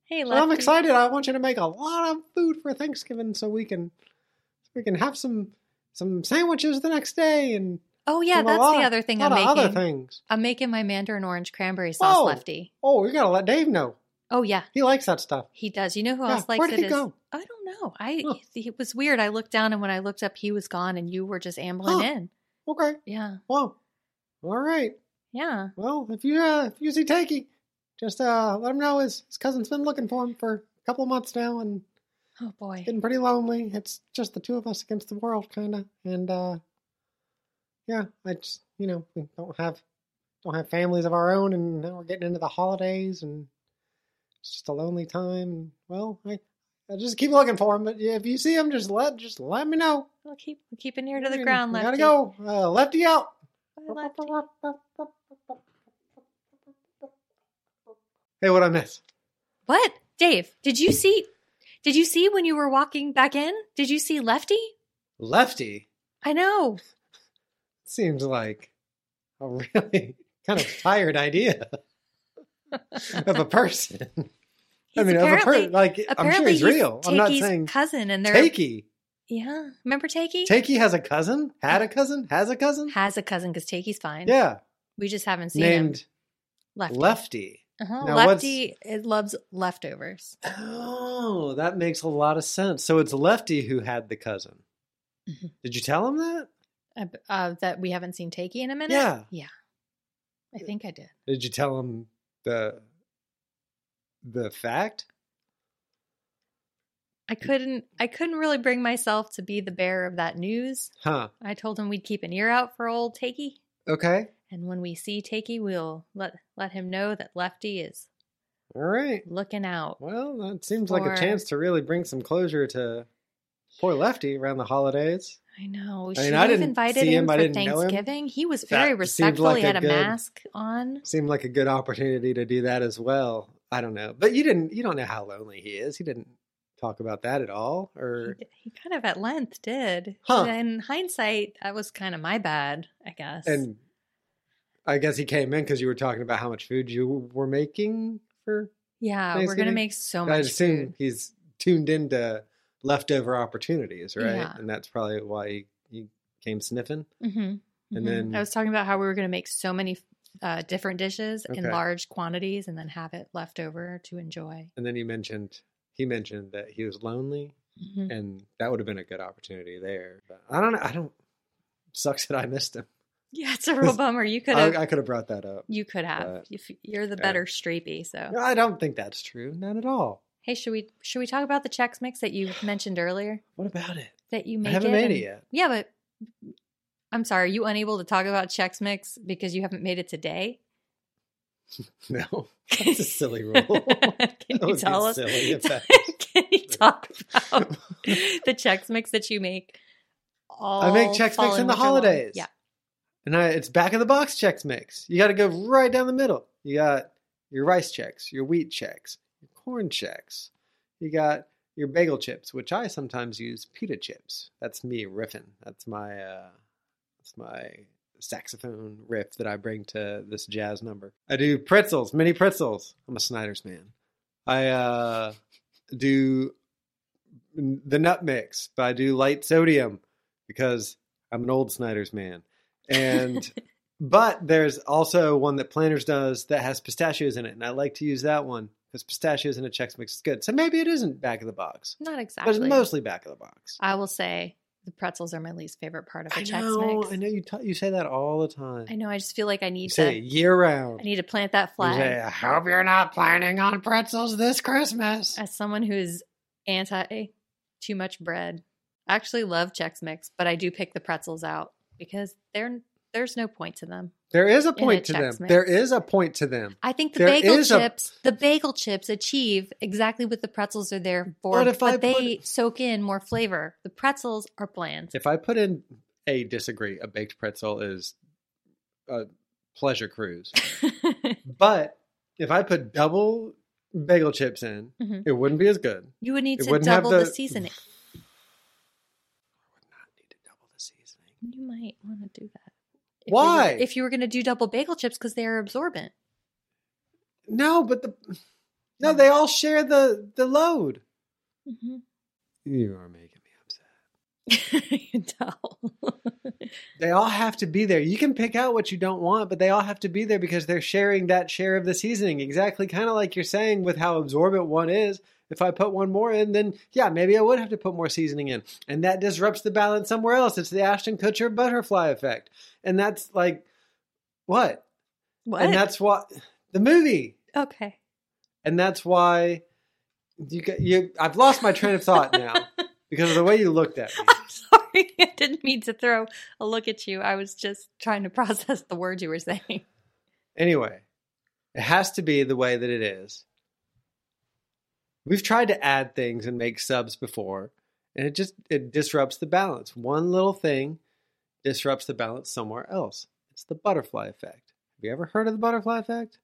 S1: Hey,
S2: well,
S1: Lefty.
S2: I'm excited. I want you to make a lot of food for Thanksgiving so we can we can have some some sandwiches the next day and
S1: Oh yeah,
S2: and a
S1: that's
S2: lot
S1: the
S2: of-
S1: other thing
S2: lot
S1: I'm
S2: of
S1: making.
S2: other things.
S1: I'm making my mandarin orange cranberry sauce,
S2: Whoa.
S1: Lefty.
S2: Oh, you gotta let Dave know.
S1: Oh yeah,
S2: He likes that stuff.
S1: he does. You know who
S2: Yeah,
S1: else likes
S2: where did
S1: it
S2: he
S1: is-
S2: go?
S1: I don't know. I
S2: Huh.
S1: it was weird. I looked down and when I looked up, he was gone, and you were just ambling
S2: Huh.
S1: in.
S2: Okay.
S1: Yeah,
S2: Well, all right.
S1: yeah.
S2: Well, if you uh, if you see Takey, just uh, let him know his, his cousin's been looking for him for a couple of months now and
S1: Oh boy.
S2: getting pretty lonely. It's just the two of us against the world, kind of. And uh, yeah, I just you know we don't have don't have families of our own, and now we're getting into the holidays, and it's just a lonely time. And well, I I just keep looking for him, but if you see him, just let just let me know.
S1: Well, keep keep an ear to the
S2: And
S1: ground,
S2: we
S1: Lefty.
S2: Gotta go, uh, lefty out.
S1: Bye, Lefty.
S2: Hey, what I miss?
S1: What? Dave, did you see did you see when you were walking back in? Did you see Lefty?
S2: Lefty
S1: I know.
S2: seems like a (laughs) really kind of tired idea of a person. (laughs) I
S1: He's
S2: mean, of a
S1: apparently-
S2: person like I'm sure
S1: apparently
S2: he's, real. I'm not
S1: Takey's
S2: saying
S1: cousin and they're
S2: Takey.
S1: Yeah. Remember Takey?
S2: Takey has a cousin. Had a cousin. Has a cousin.
S1: Has a cousin because Takey's fine.
S2: yeah,
S1: We just haven't seen him.
S2: named
S1: Lefty.
S2: Lefty.
S1: uh-huh.
S2: Now, what's-
S1: Lefty it loves leftovers.
S2: Oh, that makes a lot of sense. So it's Lefty who had the cousin.
S1: Mhm.
S2: Did you tell him that?
S1: Uh, uh, that we haven't seen Takey in a minute.
S2: Yeah.
S1: Yeah. I think I did.
S2: Did you tell him the the fact?
S1: I couldn't I couldn't really bring myself to be the bearer of that news.
S2: Huh.
S1: I told him we'd keep an ear out for old Takey.
S2: Okay.
S1: And when we see Takey, we'll let let him know that Lefty is
S2: All right.
S1: looking out.
S2: Well, that seems like
S1: Or-
S2: a chance to really bring some closure to poor Lefty around the holidays.
S1: I know.
S2: I
S1: I
S2: mean, I didn't
S1: invited
S2: see
S1: him,
S2: him, I
S1: for
S2: didn't know him.
S1: Thanksgiving. He was
S2: That
S1: very
S2: seemed
S1: respectful.
S2: like
S1: he
S2: a
S1: had a
S2: good-
S1: mask on.
S2: Seemed like a good opportunity to do that as well. I don't know, but you didn't. You don't know how lonely he is. He didn't talk about that at all.
S1: He,
S2: Or
S1: d- he kind of at length did.
S2: Huh.
S1: In hindsight, that was kind of my bad, I guess.
S2: and I guess he came in because you were talking about how much food you were making for.
S1: yeah, we're gonna
S2: Thanksgiving?
S1: make so
S2: I
S1: much
S2: assume
S1: food.
S2: he's tuned into leftover opportunities, right?
S1: Yeah.
S2: And that's probably why he, he came sniffing.
S1: Mm-hmm.
S2: And then-
S1: I was talking about how we were going to make so many uh, different dishes in
S2: Okay.
S1: large quantities and then have it left over to enjoy.
S2: And then you mentioned he mentioned that he was lonely,
S1: Mhm.
S2: and that would have been a good opportunity there. But I don't know. I don't. Sucks that I missed him.
S1: (laughs) Yeah, it's a real bummer. You could have.
S2: I, I could have brought that up.
S1: You could have.
S2: but-
S1: If you're the
S2: Yeah.
S1: better streepy, so.
S2: No, I don't think that's true. Not at all.
S1: Hey, should we should we talk about the checks mix that you mentioned earlier
S2: What about it?
S1: that you make?
S2: haven't
S1: it
S2: made
S1: and-
S2: it yet.
S1: Yeah, but I'm sorry, are you unable to talk about checks mix because you haven't made it today?
S2: (laughs) No,
S1: (laughs)
S2: that's a silly rule. (laughs)
S1: Can
S2: That
S1: you
S2: would be
S1: tell us?
S2: silly
S1: (laughs)
S2: if that
S1: Can you talk about the checks mix that you make? All
S2: I make checks
S1: fall
S2: mix
S1: and
S2: in the
S1: winter long?
S2: holidays.
S1: Yeah,
S2: and I, it's back in the box checks mix. You got to go right down the middle. You got your rice checks, your wheat checks, your corn checks. You got your bagel chips, which I sometimes use pita chips. That's me riffing. That's my uh, that's my saxophone riff that I bring to this jazz number. I do pretzels, mini pretzels. I'm a Snyder's man. I uh, do the nut mix, but I do light sodium because I'm an old Snyder's man.
S1: (laughs)
S2: And but there's also one that Planters does that has pistachios in it, and I like to use that one because pistachios in a Chex Mix is good. So maybe it isn't back of the box,
S1: not
S2: but
S1: exactly.
S2: it's mostly back of the box.
S1: I will say the pretzels are my least favorite part of a
S2: I
S1: checks
S2: know,
S1: mix.
S2: I know you ta you say that all the time.
S1: I know. I just feel like I
S2: You
S1: need
S2: say it
S1: to.
S2: year round.
S1: I need to plant that
S2: You
S1: flag.
S2: say, I hope you're not planning on pretzels this Christmas.
S1: as someone who's anti too much bread, I actually love Chex Mix, but I do pick the pretzels out because they're there's no point to them.
S2: There is a
S1: a
S2: point to
S1: Chex
S2: them.
S1: Mix.
S2: There is a point to them.
S1: I think the
S2: There
S1: bagel
S2: is a-
S1: chips, the bagel chips achieve exactly what the pretzels are there for,
S2: But if I
S1: they
S2: put-
S1: soak in more flavor. The pretzels are bland.
S2: If I put in a disagree, a baked pretzel is a pleasure (laughs) cruise. But if I put double bagel chips in,
S1: Mhm.
S2: it wouldn't be as good.
S1: (laughs) you would need
S2: It
S1: to
S2: wouldn't have
S1: double the,
S2: the-
S1: seasoning.
S2: Not need to double the seasoning.
S1: You might want to do that. If you were-
S2: Why?
S1: if you were going to do double bagel chips because they are absorbent.
S2: No, but the no, they all share the the load.
S1: Mm-hmm.
S2: You are making me
S1: (laughs)
S2: upset.
S1: you can tell. (laughs)
S2: They all have to be there. You can pick out what you don't want, but they all have to be there because they're sharing that share of the seasoning. Exactly, kind of like you're saying with how absorbent one is. If I put one more in, then yeah, maybe I would have to put more seasoning in, and that disrupts the balance somewhere else. It's the Ashton Kutcher butterfly effect, and that's like what?
S1: what?
S2: And that's what the movie.
S1: okay.
S2: and that's why you get you. I've lost my train of thought now because of the way you looked at me.
S1: I'm (laughs) sorry. (laughs) I didn't mean to throw a look at you. I was just trying to (laughs) process the words you were saying.
S2: Anyway, it has to be the way that it is. We've tried to add things and make subs before, and it just it disrupts the balance. One little thing disrupts the balance somewhere else. It's the butterfly effect. Have you ever heard of the butterfly effect?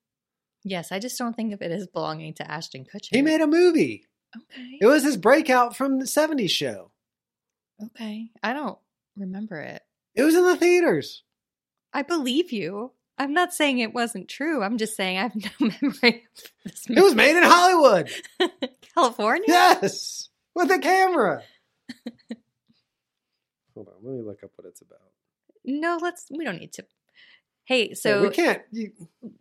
S1: Yes, I just don't think of it as belonging to Ashton Kutcher.
S2: He made a movie.
S1: Okay.
S2: It was his breakout from the '70s show.
S1: okay. I don't remember it.
S2: It was in the theaters.
S1: I believe you. I'm not saying it wasn't true. I'm just saying I have no (laughs) memory of this
S2: It was made in Hollywood.
S1: movie. (laughs) California.
S2: Yes, with a camera. Hold on, let me look up what it's about.
S1: No, let's. We don't need to. Hey, so
S2: So we can't. You,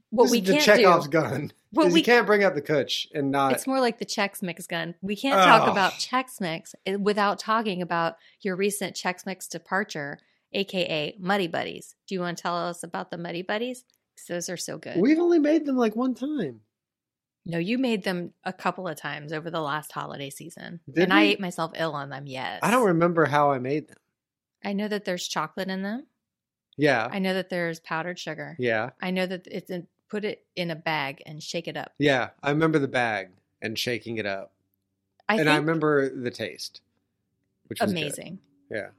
S1: what
S2: this
S1: we
S2: is the
S1: can't
S2: Chekhov's
S1: do.
S2: gun.
S1: What
S2: Well,
S1: we-
S2: we can't bring up the Kutch and not.
S1: It's more like the Chex Mix gun. We can't talk
S2: Ugh.
S1: about Chex Mix eh, without talking about your recent Chex Mix departure, aka Muddy Buddies. Do you want to tell us about the Muddy Buddies? 'Cause those are so good.
S2: we've only made them like one time.
S1: no, you made them a couple of times over the last holiday season,
S2: Did
S1: and I
S2: we?
S1: ate myself ill on them. Yes,
S2: I don't remember how I made them.
S1: I know that there's chocolate in them.
S2: Yeah,
S1: I know that there's powdered sugar.
S2: yeah,
S1: I know that it's in, put it in a bag and shake it up.
S2: yeah. I remember the bag and shaking it up,
S1: I
S2: and
S1: think
S2: I remember the taste, which was good.
S1: amazing.
S2: Yeah,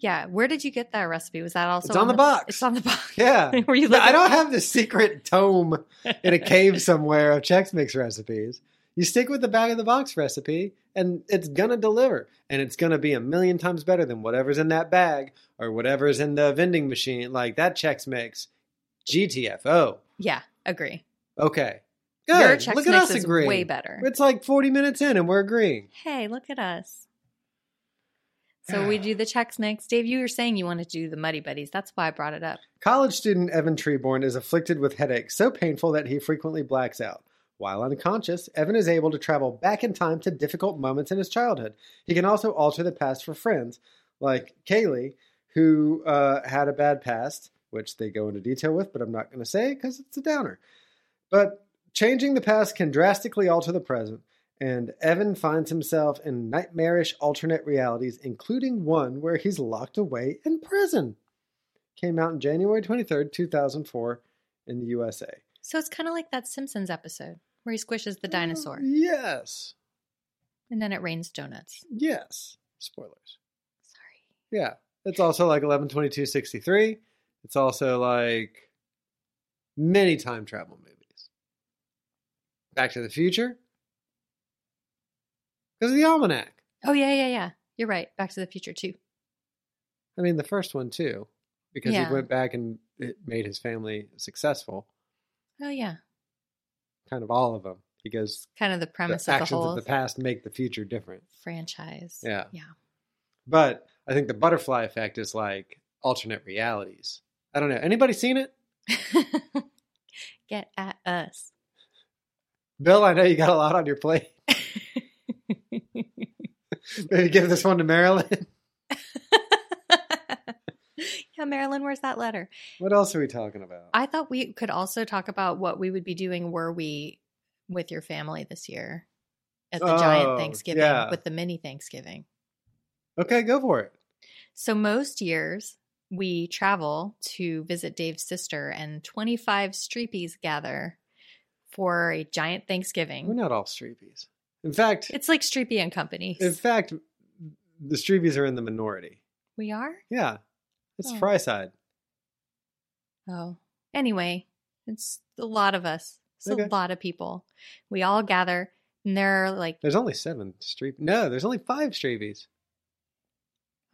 S1: Yeah, where did you get that recipe? Was that also
S2: It's on the box.
S1: It's on the box.
S2: yeah.
S1: (laughs) Were you?
S2: No, (laughs) I
S1: looking-
S2: don't have the secret tome in a cave somewhere of Chex Mix recipes. You stick with the bag of the box recipe, and it's gonna deliver, and it's gonna be a million times better than whatever's in that bag or whatever's in the vending machine. Like that Chex Mix, GTFO.
S1: Yeah, agree.
S2: Okay,
S1: Your
S2: good.
S1: Chex
S2: Look at
S1: Mix
S2: us
S1: is
S2: agreeing.
S1: way better.
S2: It's like forty minutes in, and we're agreeing.
S1: Hey, look at us. So we do the Chex Mix. Dave, you were saying you want to do the Muddy Buddies. That's why I brought it up.
S2: College student Evan Treeborn is afflicted with headaches so painful that he frequently blacks out. While unconscious, Evan is able to travel back in time to difficult moments in his childhood. He can also alter the past for friends, like Kaylee, who uh, had a bad past, which they go into detail with, but I'm not going to say because it's a downer. But changing the past can drastically alter the present, and Evan finds himself in nightmarish alternate realities, including one where he's locked away in prison. Came out in January 23rd, 2004, in the USA.
S1: So it's kind of like that Simpsons episode where he squishes the dinosaur
S2: Oh, Yes.
S1: and then it rains donuts.
S2: Yes. Spoilers.
S1: Sorry.
S2: Yeah. It's also like 112263. It's also like many time travel movies. Back to the Future. Because of the Almanac.
S1: Oh, yeah, yeah, yeah. You're right. Back to the Future, too.
S2: I mean, the first one too, because
S1: Yeah.
S2: he went back and it made his family successful.
S1: Oh, yeah.
S2: Kind of all of them. He goes,
S1: Kind of the
S2: the
S1: premise of the
S2: actions
S1: whole
S2: of the past make the future different.
S1: franchise.
S2: Yeah.
S1: Yeah.
S2: But I think the butterfly effect is like alternate realities. I don't know. Anybody seen it?
S1: (laughs) Get at us. (laughs)
S2: Bill, I know you got a lot on your plate. (laughs) Maybe give this one to Marilyn. (laughs)
S1: yeah, Marilyn, where's that letter?
S2: What else are we talking about?
S1: I thought we could also talk about what we would be doing were we with your family this year at the
S2: Oh,
S1: giant Thanksgiving
S2: yeah.
S1: with the mini Thanksgiving.
S2: okay, go for it.
S1: So most years we travel to visit Dave's sister and 25 streepies gather for a giant
S2: We're
S1: Thanksgiving.
S2: not all Streepies. In fact,
S1: It's like Streepy and Company.
S2: in fact, the Streepies are in the minority.
S1: we are?
S2: Yeah, it's
S1: Oh.
S2: Fry Side.
S1: Oh. Anyway, it's a lot of us. It's
S2: Okay.
S1: a lot of people. We all gather and there are like oh
S2: There's only seven Streep. No, there's only five Streepies.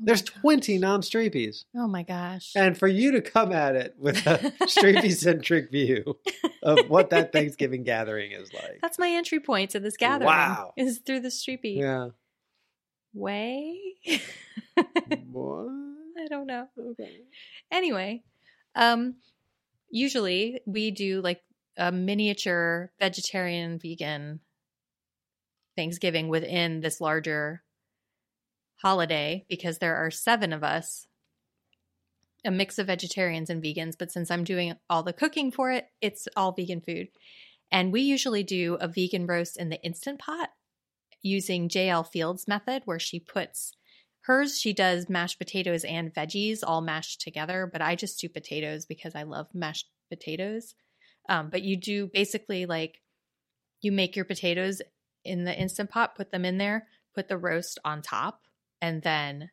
S2: There's
S1: Oh my gosh.
S2: 20 non-Streepies.
S1: Oh my gosh.
S2: And for you to come at it with
S1: (laughs)
S2: a Streepy-centric view of what that Thanksgiving gathering is like.
S1: That's my entry point to this gathering.
S2: Wow.
S1: Is through the Streepy
S2: Yeah.
S1: way. (laughs) I
S2: What?
S1: don't know.
S2: Okay.
S1: Anyway, um usually we do like a miniature vegetarian vegan Thanksgiving within this larger holiday because there are 7 of us. A mix of vegetarians and vegans, but since I'm doing all the cooking for it, it's all vegan food. And we usually do a vegan roast in the instant pot using JL Fields method where she puts Hers, she does mashed potatoes and veggies all mashed together, but I just do potatoes because I love mashed potatoes. Um, but you do basically like you make your potatoes in the Instant Pot, put them in there, put the roast on top, and then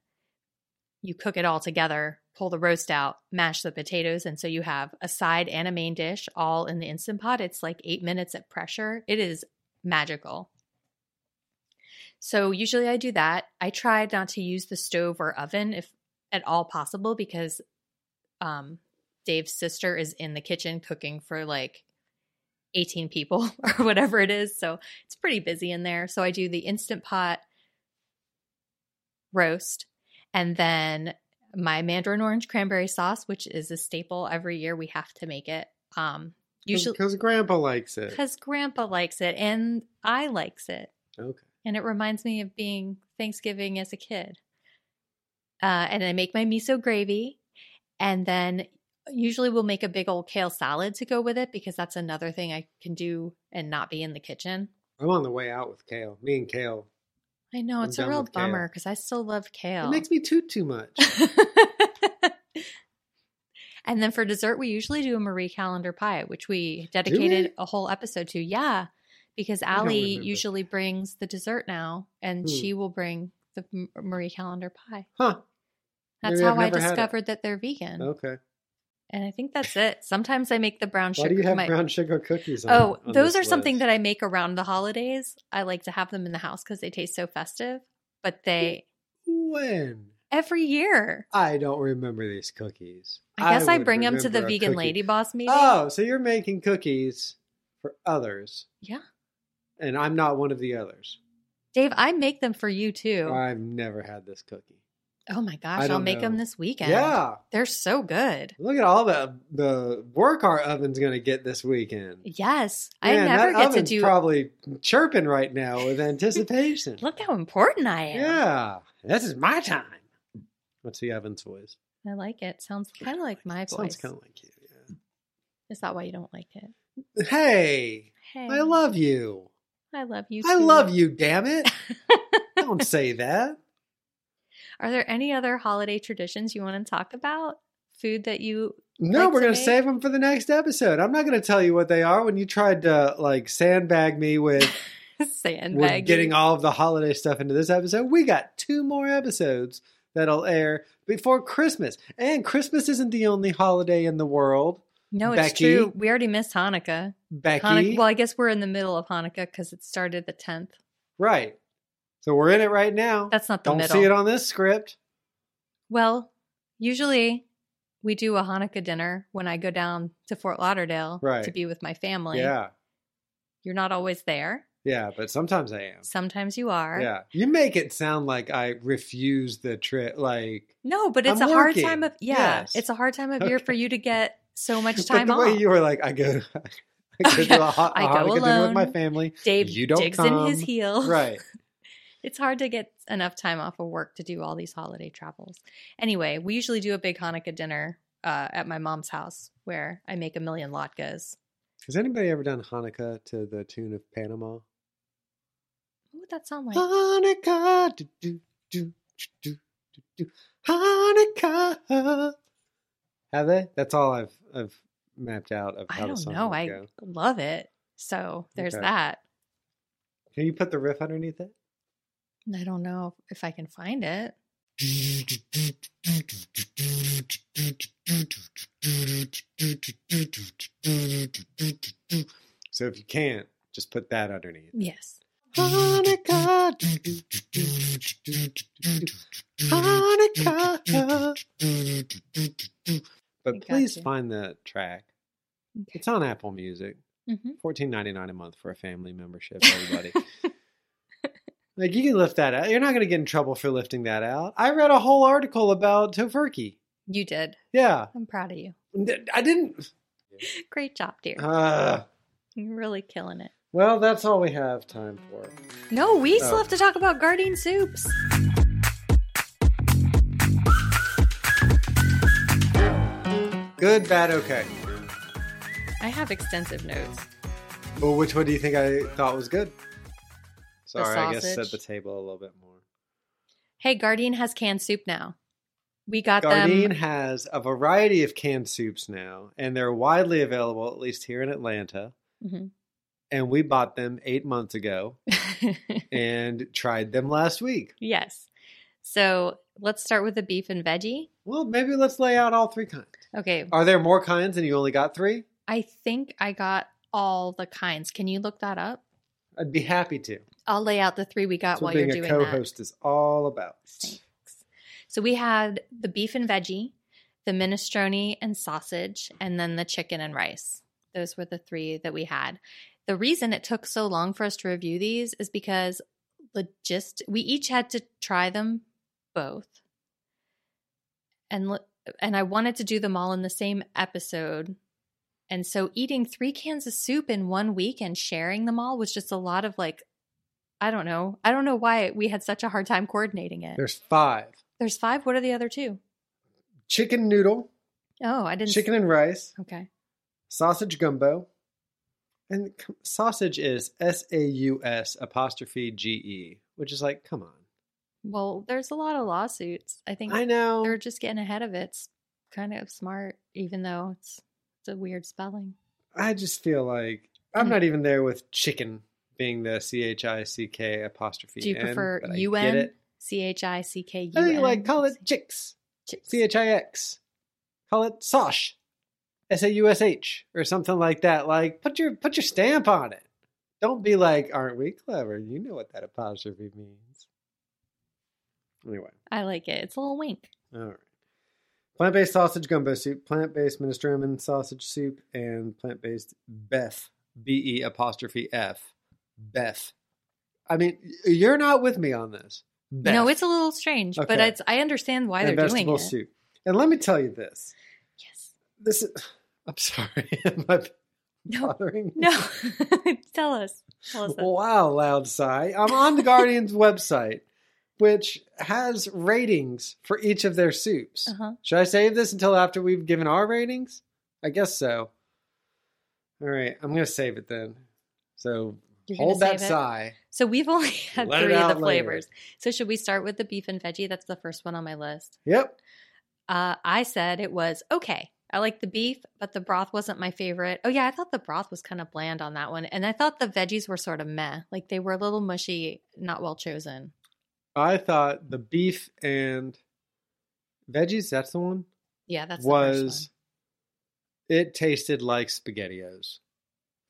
S1: you cook it all together, pull the roast out, mash the potatoes. And so you have a side and a main dish all in the Instant Pot. It's like eight minutes at pressure. It is magical. So usually I do that. I try not to use the stove or oven if at all possible because um, Dave's sister is in the kitchen cooking for like 18 people (laughs) or whatever it is. So it's pretty busy in there. So I do the instant pot roast and then my mandarin orange cranberry sauce, which is a staple every year. We have to make it. Um, usually
S2: Because Grandpa likes it.
S1: because grandpa likes it and I likes it
S2: Okay.
S1: and it reminds me of being Thanksgiving as a kid. Uh, and I make my miso gravy, and then usually we'll make a big old kale salad to go with it because that's another thing I can do and not be in the kitchen.
S2: I'm on the way out with Kale. Me and Kale.
S1: I know
S2: I'm
S1: it's a
S2: done
S1: real
S2: with kale.
S1: bummer because I still love kale.
S2: It makes me toot
S1: (laughs)
S2: too much.
S1: and then for dessert, we usually do a Marie Calendar pie, which we dedicated
S2: we?
S1: a whole episode to. Yeah, because
S2: don't
S1: Allie
S2: remember.
S1: usually brings the dessert now, and
S2: Hmm.
S1: she will bring the M- Marie Calendar pie.
S2: Huh.
S1: That's
S2: Maybe I've
S1: how I
S2: never had it. Oh.
S1: discovered that they're vegan.
S2: Okay.
S1: And I think that's it. Sometimes I make the brown sugar.
S2: Why do you have
S1: my-
S2: brown sugar cookies on
S1: oh,
S2: on
S1: those
S2: this
S1: are something
S2: list?
S1: that I make around the holidays. I like to have them in the house because they taste so festive. But they
S2: When?
S1: every year.
S2: I don't remember these cookies.
S1: I guess I,
S2: would
S1: bring them to the
S2: remember a
S1: vegan
S2: cookie.
S1: lady boss meeting.
S2: Oh, so you're making cookies for others,
S1: Yeah.
S2: and I'm not one of the others.
S1: Dave, I make them for you too.
S2: I've never had this cookie.
S1: Oh my gosh, I'll
S2: don't
S1: make them
S2: know.
S1: this weekend.
S2: Yeah.
S1: They're so good.
S2: Look at all the the work our oven's going to get this weekend.
S1: Yes. I
S2: Man,
S1: never
S2: that
S1: get to
S2: oven's
S1: do
S2: probably chirping right now with anticipation.
S1: (laughs) Look how important I am.
S2: yeah, this is my time. What's the oven's voice?
S1: I like it. Sounds kind of like my voice.
S2: Sounds kind of like you.
S1: Is that why you don't like it?
S2: Yeah. Hey,
S1: Hey.
S2: I love you.
S1: I love you.
S2: I
S1: too.
S2: love you.
S1: (laughs)
S2: Damn it! Don't say that.
S1: Are there any other holiday traditions you want to talk about? Food that
S2: (laughs)
S1: you
S2: No,
S1: Like
S2: we're
S1: to
S2: going to
S1: make?
S2: save them for the next episode. I'm not going to tell you what they are when you tried to like sandbag me with,
S1: sandbag.
S2: with getting all of the holiday stuff into this episode. We got two more episodes that'll air before Christmas. And Christmas isn't the only holiday in the world.
S1: No, it's
S2: Becky?
S1: true. We already missed Hanukkah.
S2: Becky.
S1: Hanukkah. Well, I guess we're in the middle of Hanukkah because it started the tenth.
S2: right. So we're in it right now.
S1: That's not the
S2: Don't
S1: middle.
S2: see it on this script.
S1: Well, usually we do a Hanukkah dinner when I go down to Fort Lauderdale to
S2: Right.
S1: be with my family.
S2: yeah.
S1: You're not always there.
S2: Yeah, but sometimes I am.
S1: Sometimes you are.
S2: Yeah. You make it sound like I refuse the trip like
S1: No, but it's
S2: I'm
S1: a hard
S2: working.
S1: time of yeah.
S2: Yes.
S1: It's a hard time of year for you to get
S2: (laughs)
S1: so much
S2: But
S1: time
S2: the
S1: off.
S2: way you were like, I go, (laughs) I go to a, ho-
S1: I
S2: a
S1: go
S2: Hanukkah dinner with my
S1: alone. (laughs)
S2: family.
S1: Dave
S2: you don't
S1: digs in his
S2: come.
S1: heels.
S2: Right.
S1: It's hard to get enough time off of work to do all these holiday travels. Anyway, we usually do a big Hanukkah dinner uh, at my mom's house where I make a million latkes.
S2: Has anybody ever done Hanukkah to the tune of Panama?
S1: What would that sound like?
S2: Hanukkah, do, do, do, do, do, do, Hanukkah. Have they? That's all I've I've mapped out of how
S1: I
S2: the
S1: don't
S2: song
S1: know.
S2: would
S1: I
S2: go.
S1: love it. So there's
S2: Okay.
S1: that.
S2: Can you put the riff underneath it?
S1: And I don't know if I can find it.
S2: So if you can't, just put that underneath.
S1: Yes.
S2: Hanukkah. Hanukkah.
S1: I
S2: But
S1: got
S2: please
S1: you.
S2: find the track.
S1: Okay.
S2: It's on Apple Music.
S1: Mhm.
S2: Fourteen ninety nine a month for a family membership,
S1: (laughs)
S2: everybody. like you can lift that out. You're not gonna get in trouble for lifting that out. I read a whole article about Tofurky.
S1: You did.
S2: Yeah.
S1: I'm proud of you.
S2: I didn't
S1: Great job, dear.
S2: uh,
S1: You're really killing it.
S2: well that's all we have time for.
S1: No, we still
S2: Oh.
S1: have to talk about guardian soups.
S2: Good, bad, okay.
S1: I have extensive notes.
S2: Well, which one do you think I thought was good?
S1: The
S2: Sorry, I guess set
S1: sausage.
S2: the table a little bit more.
S1: Hey, Guardian has canned soup now. We got
S2: Gardein
S1: them.
S2: has a variety of canned soups now, and they're widely available, at least here in Atlanta.
S1: Mhm.
S2: And we bought them eight
S1: (laughs)
S2: months ago and tried them last week.
S1: Mm-hmm. yes. So let's start with the beef and veggie.
S2: Well, maybe let's lay out all three kinds.
S1: Okay.
S2: Are there more kinds and you only got three?
S1: I think I got all the kinds. Can you look that up?
S2: I'd be happy to.
S1: I'll lay out the three we got
S2: That's what
S1: while you're
S2: being
S1: doing
S2: a
S1: that.
S2: co host is all about.
S1: Thanks. So we had the beef and veggie, the minestrone and sausage, and then the chicken and rice. Those were the three that we had. The reason it took so long for us to review these is because logist we each had to try them both. And lo- and I wanted to do them all in the same episode. And so eating 3 cans of soup in one week and sharing them all was just a lot of like I don't know. I don't know why we had such a hard time coordinating it.
S2: There's five
S1: There's five. What are the other two?
S2: chicken noodle,
S1: Oh, I didn't.
S2: chicken and rice,
S1: Okay.
S2: sausage gumbo. And c- sausage is S A U S apostrophe G E, which is like, come on.
S1: Well, there's a lot of lawsuits. I think
S2: I know.
S1: they're just getting ahead of it. It's kind of smart, even though it's it's a weird spelling.
S2: I just feel like I'm
S1: Mm-hmm.
S2: not even there with chicken being the C H I C K apostrophe.
S1: Do you
S2: N,
S1: prefer
S2: but I get
S1: U N
S2: it.
S1: C H I C K U
S2: I
S1: N?
S2: think like call it chicks.
S1: Chicks.
S2: C H I X. Call it sosh. S A U S H or something like that. Like put your put your stamp on it. Don't be like, aren't we clever? You know what that apostrophe means. Anyway.
S1: I like it. It's a little wink.
S2: All right. Plant based sausage gumbo soup, plant based minestrone sausage soup, and plant based Beth, B E apostrophe F, Beth. I mean, you're not with me on this.
S1: You know, it's a little strange, but
S2: Okay.
S1: it's I understand why
S2: and
S1: they're doing
S2: vegetable
S1: it.
S2: soup. And let me tell you this.
S1: Yes.
S2: This is. (laughs) I'm sorry. (laughs) Am I
S1: No.
S2: bothering? you?
S1: No. (laughs) Tell us. Tell us. that.
S2: Wow, loud sigh. I'm on
S1: (laughs)
S2: the Guardian's website, which has ratings for each of their soups.
S1: Uh-huh.
S2: Should I save this until after we've given our ratings? I guess so. All right, I'm going to save it then. So
S1: You're gonna
S2: hold that
S1: save it?
S2: sigh.
S1: So we've only (laughs) had
S2: Let it
S1: three of the
S2: out later.
S1: flavors. So should we start with the beef and veggie? That's the first one on my list.
S2: Yep.
S1: Uh, I said it was okay. I liked the beef, but the broth wasn't my favorite. Oh yeah, I thought the broth was kind of bland on that one, and I thought the veggies were sort of meh. Like they were a little mushy, not well chosen.
S2: I thought the beef and veggies, that's the one,
S1: Yeah, that's the
S2: was
S1: first
S2: it tasted like SpaghettiOs.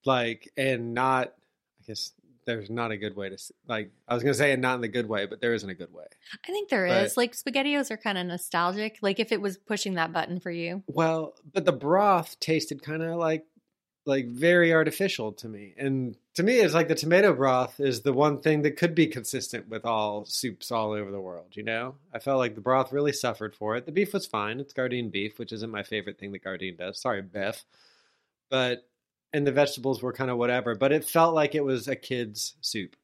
S2: Like, and not, I guess there's not a good way to, s- like, I was going to say, and not in the good way, but there isn't a good way.
S1: one. I think there
S2: but-
S1: is like spaghettios are kind of nostalgic. Like if it was pushing that button for you,
S2: Well, but the broth tasted kind of like like very artificial to me. And to me it's like the tomato broth is the one thing that could be consistent with all soups all over the world, you know? I felt like the broth really suffered for it. The beef was fine. It's Gardein beef, which isn't my favorite thing that Gardein does. Sorry, Beth. But and the vegetables were kind of whatever, but it felt like it was a kid's soup.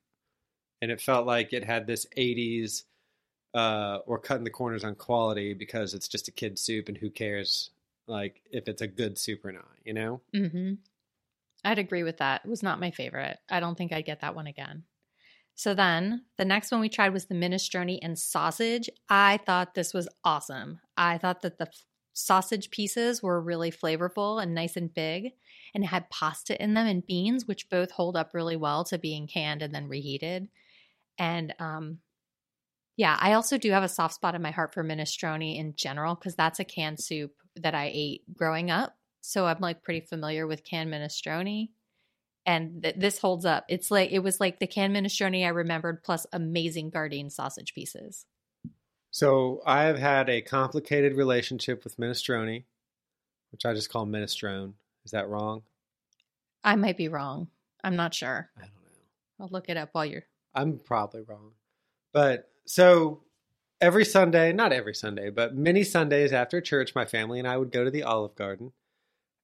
S2: And it felt like it had this 80s uh, we're cutting the corners on quality because it's just a kid soup and who cares like if it's a good soup or not you know
S1: mm-hmm. I'd agree with that. It was not my favorite. I don't think I'd get that one again. So then the next one we tried was the minestrone and sausage. I thought this was awesome. I thought that the f- sausage pieces were really flavorful and nice and big and it had pasta in them and beans, which both hold up really well to being canned and then reheated. And um, yeah, I also do have a soft spot in my heart for minestrone in general because that's a canned soup that I ate growing up. So I'm like pretty familiar with canned minestrone and th- this holds up. It's like it was like the canned minestrone I remembered, plus amazing Gardein sausage pieces.
S2: so i have had a complicated relationship with minestrone which i just call minestrone is that wrong
S1: I might be wrong. I'm not sure.
S2: i don't know
S1: I'll look it up while you're.
S2: I'm probably wrong. But so every Sunday, not every Sunday, but many Sundays after church, my family and I would go to the Olive Garden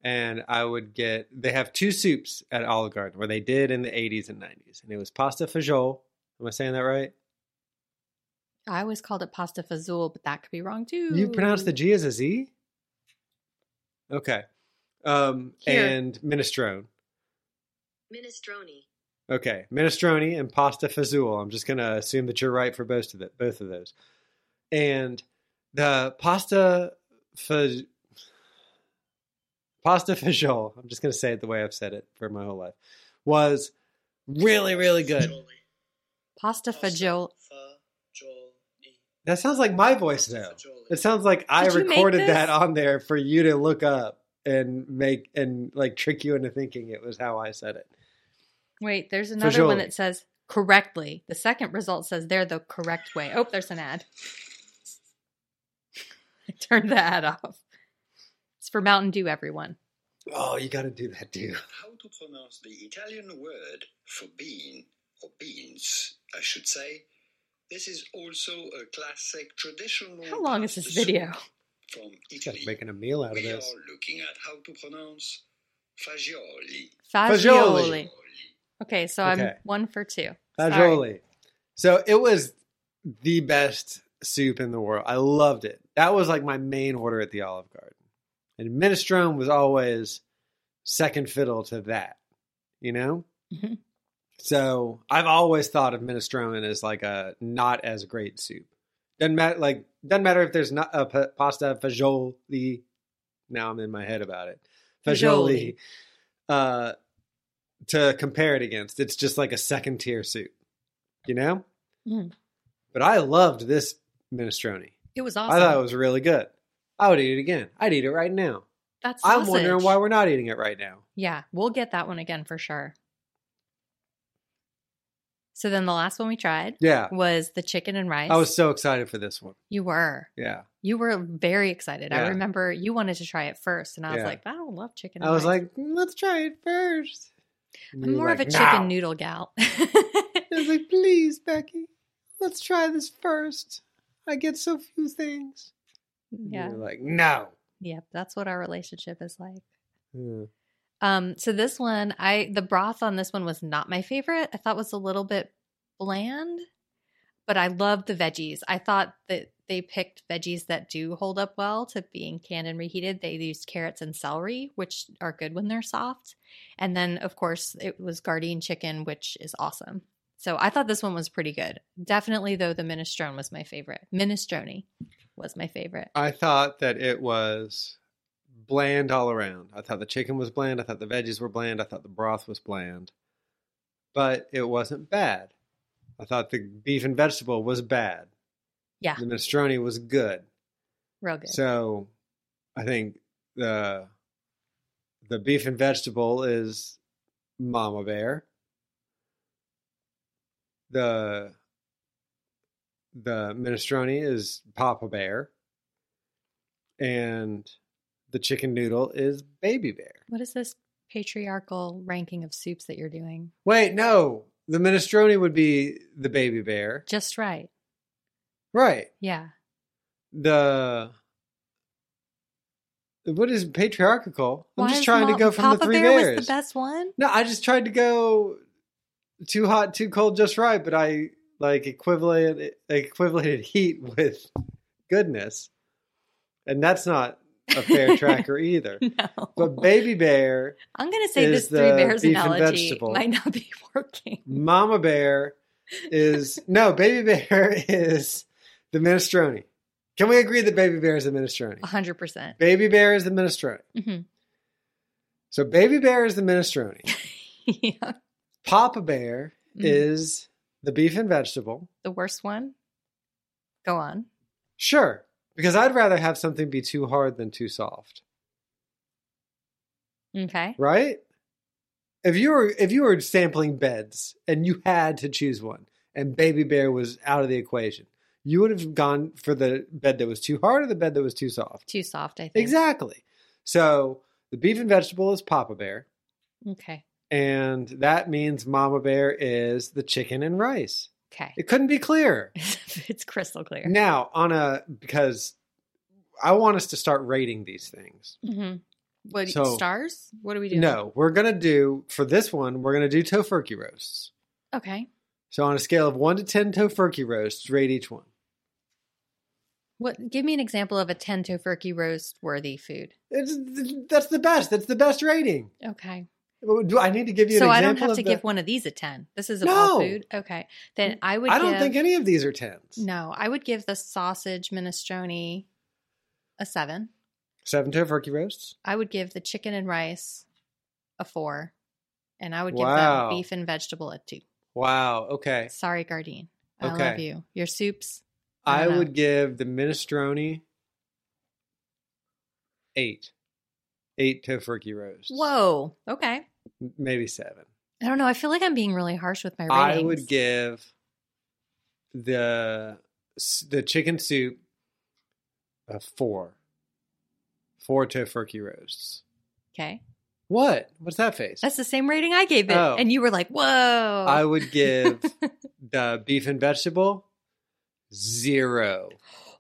S2: and I would get, they have two soups at Olive Garden where they did in the 80s and 90s. And it was pasta fagioli. Am I saying that right?
S1: I always called it pasta fazool, but that could be wrong too.
S2: You pronounce the G as a Z? Okay. Um,
S1: Here.
S2: and minestrone.
S3: Minestrone.
S2: Okay, minestrone and pasta fazool. I'm just gonna assume that you're right for both of the, both of those. And the pasta fa, pasta fagioli. I'm just gonna say it the way I've said it for my whole life. Was really really good.
S1: pasta fagioli.
S2: That sounds like my voice though. It sounds like I
S1: Did you make
S2: recorded that
S1: this?
S2: on there for you to look up and make and like trick you into thinking it was how I said it.
S1: Wait, there's another one
S2: Fagioli.
S1: that says correctly. The second result says they're the correct way. Oh, there's an ad. (laughs) I turned the ad off. It's for Mountain Dew, everyone.
S2: Oh, you got to do that too.
S4: How to pronounce the Italian word for bean or beans, I should say. This is also a classic traditional.
S1: How long is this
S4: pasta soup
S1: video?
S4: From
S2: Just
S4: Italy.
S2: making a meal out of
S4: We
S2: this.
S4: are looking at how to pronounce fagioli.
S2: Fagioli.
S1: Fagioli. Okay, so I'm
S2: Okay.
S1: one for two. Sorry.
S2: Fagioli. So it was the best soup in the world. I loved it. That was like my main order at the Olive Garden. And minestrone was always second fiddle to that, you know?
S1: Mhm.
S2: So I've always thought of minestrone as like a not as great soup. Doesn't matter like doesn't matter if there's not a pa- pasta fagioli. Now I'm in my head about it. Fagioli.
S1: Fagioli.
S2: Uh to compare it against. It's just like a second tier soup, you know?
S1: Mm.
S2: But I loved this minestrone.
S1: It was
S2: I
S1: awesome.
S2: thought it was really good. I would eat it again. I'd eat it right now.
S1: That's
S2: I'm wondering
S1: sausage.
S2: why we're not eating it right now.
S1: Yeah, we'll get that one again for sure. So then the last one we tried
S2: Yeah.
S1: was the chicken and rice.
S2: I was so excited for this one.
S1: you were.
S2: Yeah.
S1: You were very excited. I
S2: Yeah.
S1: remember you wanted to try it first, and I was
S2: Yeah.
S1: like, I don't love chicken.
S2: I
S1: and
S2: was
S1: rice.
S2: like, "Mm, let's try it first. And
S1: I'm
S2: you were
S1: more of a
S2: like, (laughs)
S1: chicken
S2: "No."
S1: noodle gal.
S2: I was like, please, Becky. let's try this first. I get so few things.
S1: (laughs)
S2: And
S1: Yeah.
S2: You're like, no.
S1: Yep. That's what our relationship is like.
S2: Yeah.
S1: Um, so this one, I the broth on this one was not my favorite. I thought was a little bit bland, but I loved the veggies. I thought that they picked veggies that do hold up well to being canned and reheated. They used carrots and celery, which are good when they're soft. And then of course it was guardian chicken, which is awesome. So I thought this one was pretty good. Definitely though the minestrone was my favorite. Minestrone was my favorite.
S2: I thought that it was bland all around. I thought the chicken was bland. I thought the veggies were bland. I thought the broth was bland. But it wasn't bad. I thought the beef and vegetable was bad.
S1: Yeah.
S2: The minestrone was good.
S1: Real good.
S2: So I think the the beef and vegetable is mama bear. The the minestrone is papa bear. And the chicken noodle is baby bear.
S1: what is this patriarchal ranking of soups that you're doing?
S2: Wait, no. The minestrone would be the baby bear.
S1: Just right.
S2: Right.
S1: Yeah.
S2: The what is patriarchal? I'm
S1: Why
S2: just
S1: is
S2: trying
S1: Ma-
S2: to go from
S1: Papa
S2: the three
S1: Bear
S2: bears.
S1: was the best one.
S2: No, I just tried to go too hot, too cold, just right, but I like equivalent (laughs) equivalated heat with goodness, and that's not a fair tracker either.
S1: (laughs) No.
S2: But baby bear,
S1: I'm gonna say
S2: is
S1: this three
S2: the
S1: bears
S2: beef and
S1: analogy
S2: vegetable.
S1: might not be (laughs) working.
S2: mama bear is no baby bear (laughs) is the minestrone. Can we agree that baby bear is the minestrone?
S1: hundred percent.
S2: Baby bear is the minestrone.
S1: Mhm.
S2: So baby bear is the minestrone.
S1: (laughs) Yeah.
S2: Papa bear
S1: Mhm.
S2: is the beef and vegetable.
S1: The worst one. Go on.
S2: Sure, because I'd rather have something be too hard than too soft,
S1: Okay.
S2: right? If you were if you were sampling beds and you had to choose one, and Baby Bear was out of the equation, you would have gone for the bed that was too hard or the bed that was too soft.
S1: Too soft, I think.
S2: Exactly. So the beef and vegetable is Papa Bear,
S1: Okay.
S2: and that means Mama Bear is the chicken and rice.
S1: Okay.
S2: It couldn't be clearer.
S1: (laughs) it's crystal clear.
S2: Now, on a because I want us to start rating these things.
S1: hmm What
S2: So-
S1: stars? What are we doing?
S2: No, we're gonna do for this one. We're gonna do tofurkey roasts.
S1: Okay.
S2: So on a scale of one to ten tofurkey roasts, rate each one.
S1: What? Give me an example of a ten tofurkey roast worthy food.
S2: It's, that's the best. That's the best rating.
S1: Okay.
S2: Do I need to give you?
S1: So
S2: an
S1: I
S2: example
S1: don't have
S2: of
S1: to
S2: the-
S1: give one of these a ten. This is a all
S2: No.
S1: food. Okay. Then I would.
S2: I don't
S1: give-
S2: think any of these are tens.
S1: No, I would give the sausage minestrone a seven.
S2: Seven tofurkey roasts.
S1: I would give the chicken and rice a four. And I would give
S2: Wow.
S1: that beef and vegetable a two.
S2: Wow. Okay.
S1: Sorry, Gardein. I love
S2: Okay.
S1: you. Your soups.
S2: I,
S1: don't know.
S2: would give the minestrone eight, eight tofurkey roasts.
S1: Whoa. Okay.
S2: M- Maybe seven.
S1: I don't know. I feel like I'm being really harsh with my
S2: I
S1: ratings.
S2: would give the s- the chicken soup a four. Four tofurkey roasts.
S1: Okay.
S2: What? What's that face?
S1: That's the same rating I gave it.
S2: Oh.
S1: And you were like, whoa.
S2: I
S1: (laughs)
S2: would give the beef and vegetable zero.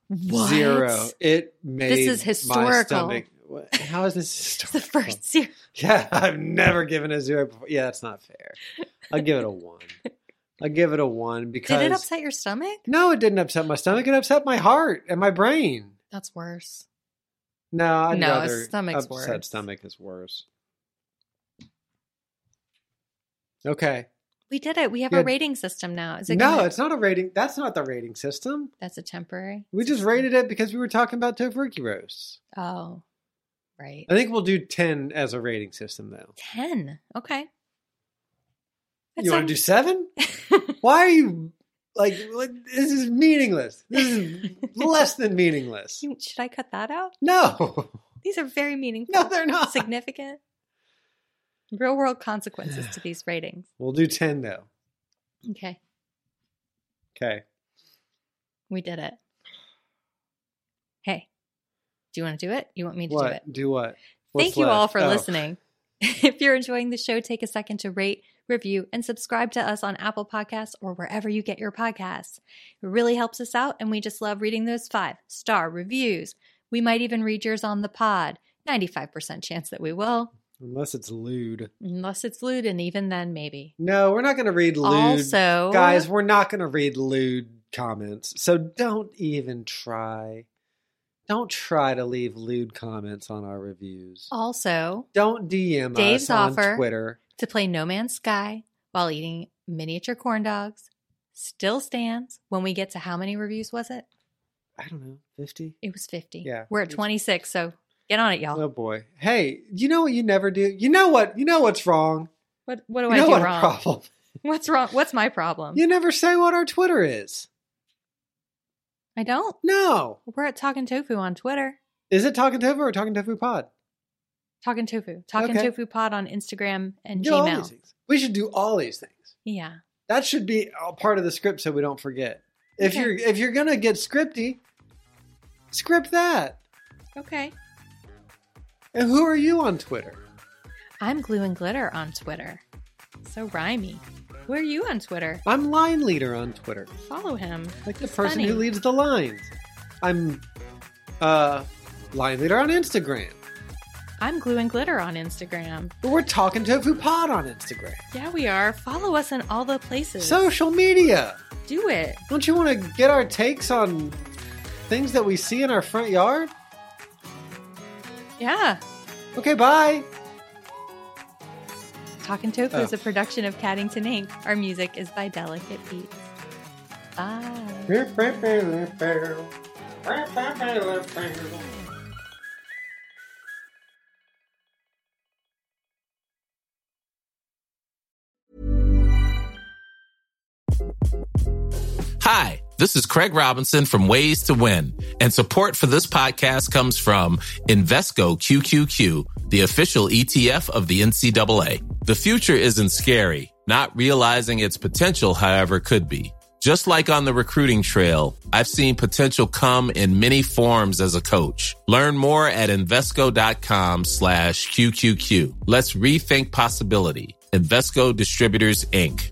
S1: What?
S2: Zero. It made
S1: is
S2: My
S1: historical. (laughs)
S2: stomach. What- How is this
S1: It's the
S2: historical?
S1: first (laughs) zero.
S2: (laughs) Yeah, I've never given a zero before. Yeah, that's not fair. I'll give it
S1: (laughs)
S2: a one. I'll give it a one because
S1: Did it upset your stomach?
S2: No, it didn't upset my stomach. It upset my heart and my brain.
S1: That's worse.
S2: No, I'd
S1: No,
S2: rather
S1: stomach's
S2: upset
S1: worse.
S2: stomach is worse. Okay.
S1: We did it. We have a
S2: Good.
S1: rating system now. Is it
S2: No,
S1: gonna-
S2: it's not a rating. That's not the rating system.
S1: That's a temporary.
S2: We just rated it because we were talking about tofurkey roasts.
S1: Oh, right.
S2: I think we'll do ten as a rating system, though.
S1: 10. Okay. That
S2: you want to do
S1: sounds-
S2: seven?
S1: (laughs)
S2: Why are you like? what- This is meaningless. This
S1: (laughs)
S2: is less than meaningless.
S1: You- Should I cut that out?
S2: No,
S1: These are very meaningful.
S2: no, they're not.
S1: Significant. Real world consequences
S2: (sighs)
S1: to these ratings.
S2: We'll do ten though.
S1: Okay.
S2: Okay.
S1: We did it. Hey, do you want to do it? You want me to do it?
S2: What? Do what? What's
S1: Thank you all
S2: left?
S1: for (laughs)
S2: Oh.
S1: listening. If you're enjoying the show, take a second to rate, review, and subscribe to us on Apple Podcasts or wherever you get your podcasts. It really helps us out, and we just love reading those five star reviews. We might even read yours on the pod. 95% chance that we will,
S2: Unless it's lewd.
S1: unless it's lewd, and even then, maybe.
S2: No, we're not going to read lewd.
S1: Also-
S2: guys, we're not going to read lewd comments. So don't even try. Don't try to leave lewd comments on our reviews.
S1: Also,
S2: Don't DM
S1: Oh, Dave's
S2: us on
S1: offer.
S2: Twitter.
S1: to play No Man's Sky while eating miniature corn dogs still stands when we get to how many reviews was it?
S2: I don't know, 50?
S1: It was 50.
S2: Yeah.
S1: We're at 26, so get on it, y'all.
S2: Oh boy. Hey, you know what you never do? You know what? You know what's wrong?
S1: What what do
S2: You
S1: I
S2: know
S1: do
S2: what a
S1: wrong?
S2: problem.
S1: (laughs) What's wrong? What's my problem?
S2: You never say what our Twitter is.
S1: I don't.
S2: No.
S1: We're at Talking Tofu on Twitter.
S2: Is it Talking Tofu or Talking Tofu Pod?
S1: Talking Tofu. Talking
S2: Okay.
S1: Tofu Pod on Instagram and
S2: Do all these
S1: Gmail.
S2: things. We should do all these things.
S1: Yeah.
S2: That should be a part of the script so we don't forget. If
S1: Okay.
S2: you're if you're gonna get scripty, script that.
S1: Okay.
S2: And who are you on Twitter?
S1: I'm Glue and Glitter on Twitter. So rhymey. Where are you on Twitter?
S2: I'm line leader on Twitter.
S1: Follow him.
S2: Like the
S1: He's
S2: person
S1: funny.
S2: who leads the lines. I'm uh line leader on Instagram.
S1: I'm Glue and Glitter on Instagram.
S2: But we're talking tofu pod on Instagram.
S1: Yeah, we are. Follow us in all the places.
S2: Social media.
S1: do it.
S2: Don't you want to get our takes on things that we see in our front yard?
S1: Yeah.
S2: Okay, bye.
S1: Talking Tofu is
S2: Oh.
S1: a production of Caddington Inc. Our music is by Delicate Beats. Bye.
S5: Hi, this is Craig Robinson from Ways to Win, and support for this podcast comes from Invesco QQQ, the official ETF of the NCAA. The future isn't scary, not realizing its potential, however, could be. Just like on the recruiting trail, I've seen potential come in many forms as a coach. Learn more at Invesco.com slash QQQ. Let's rethink possibility. Invesco Distributors, Inc.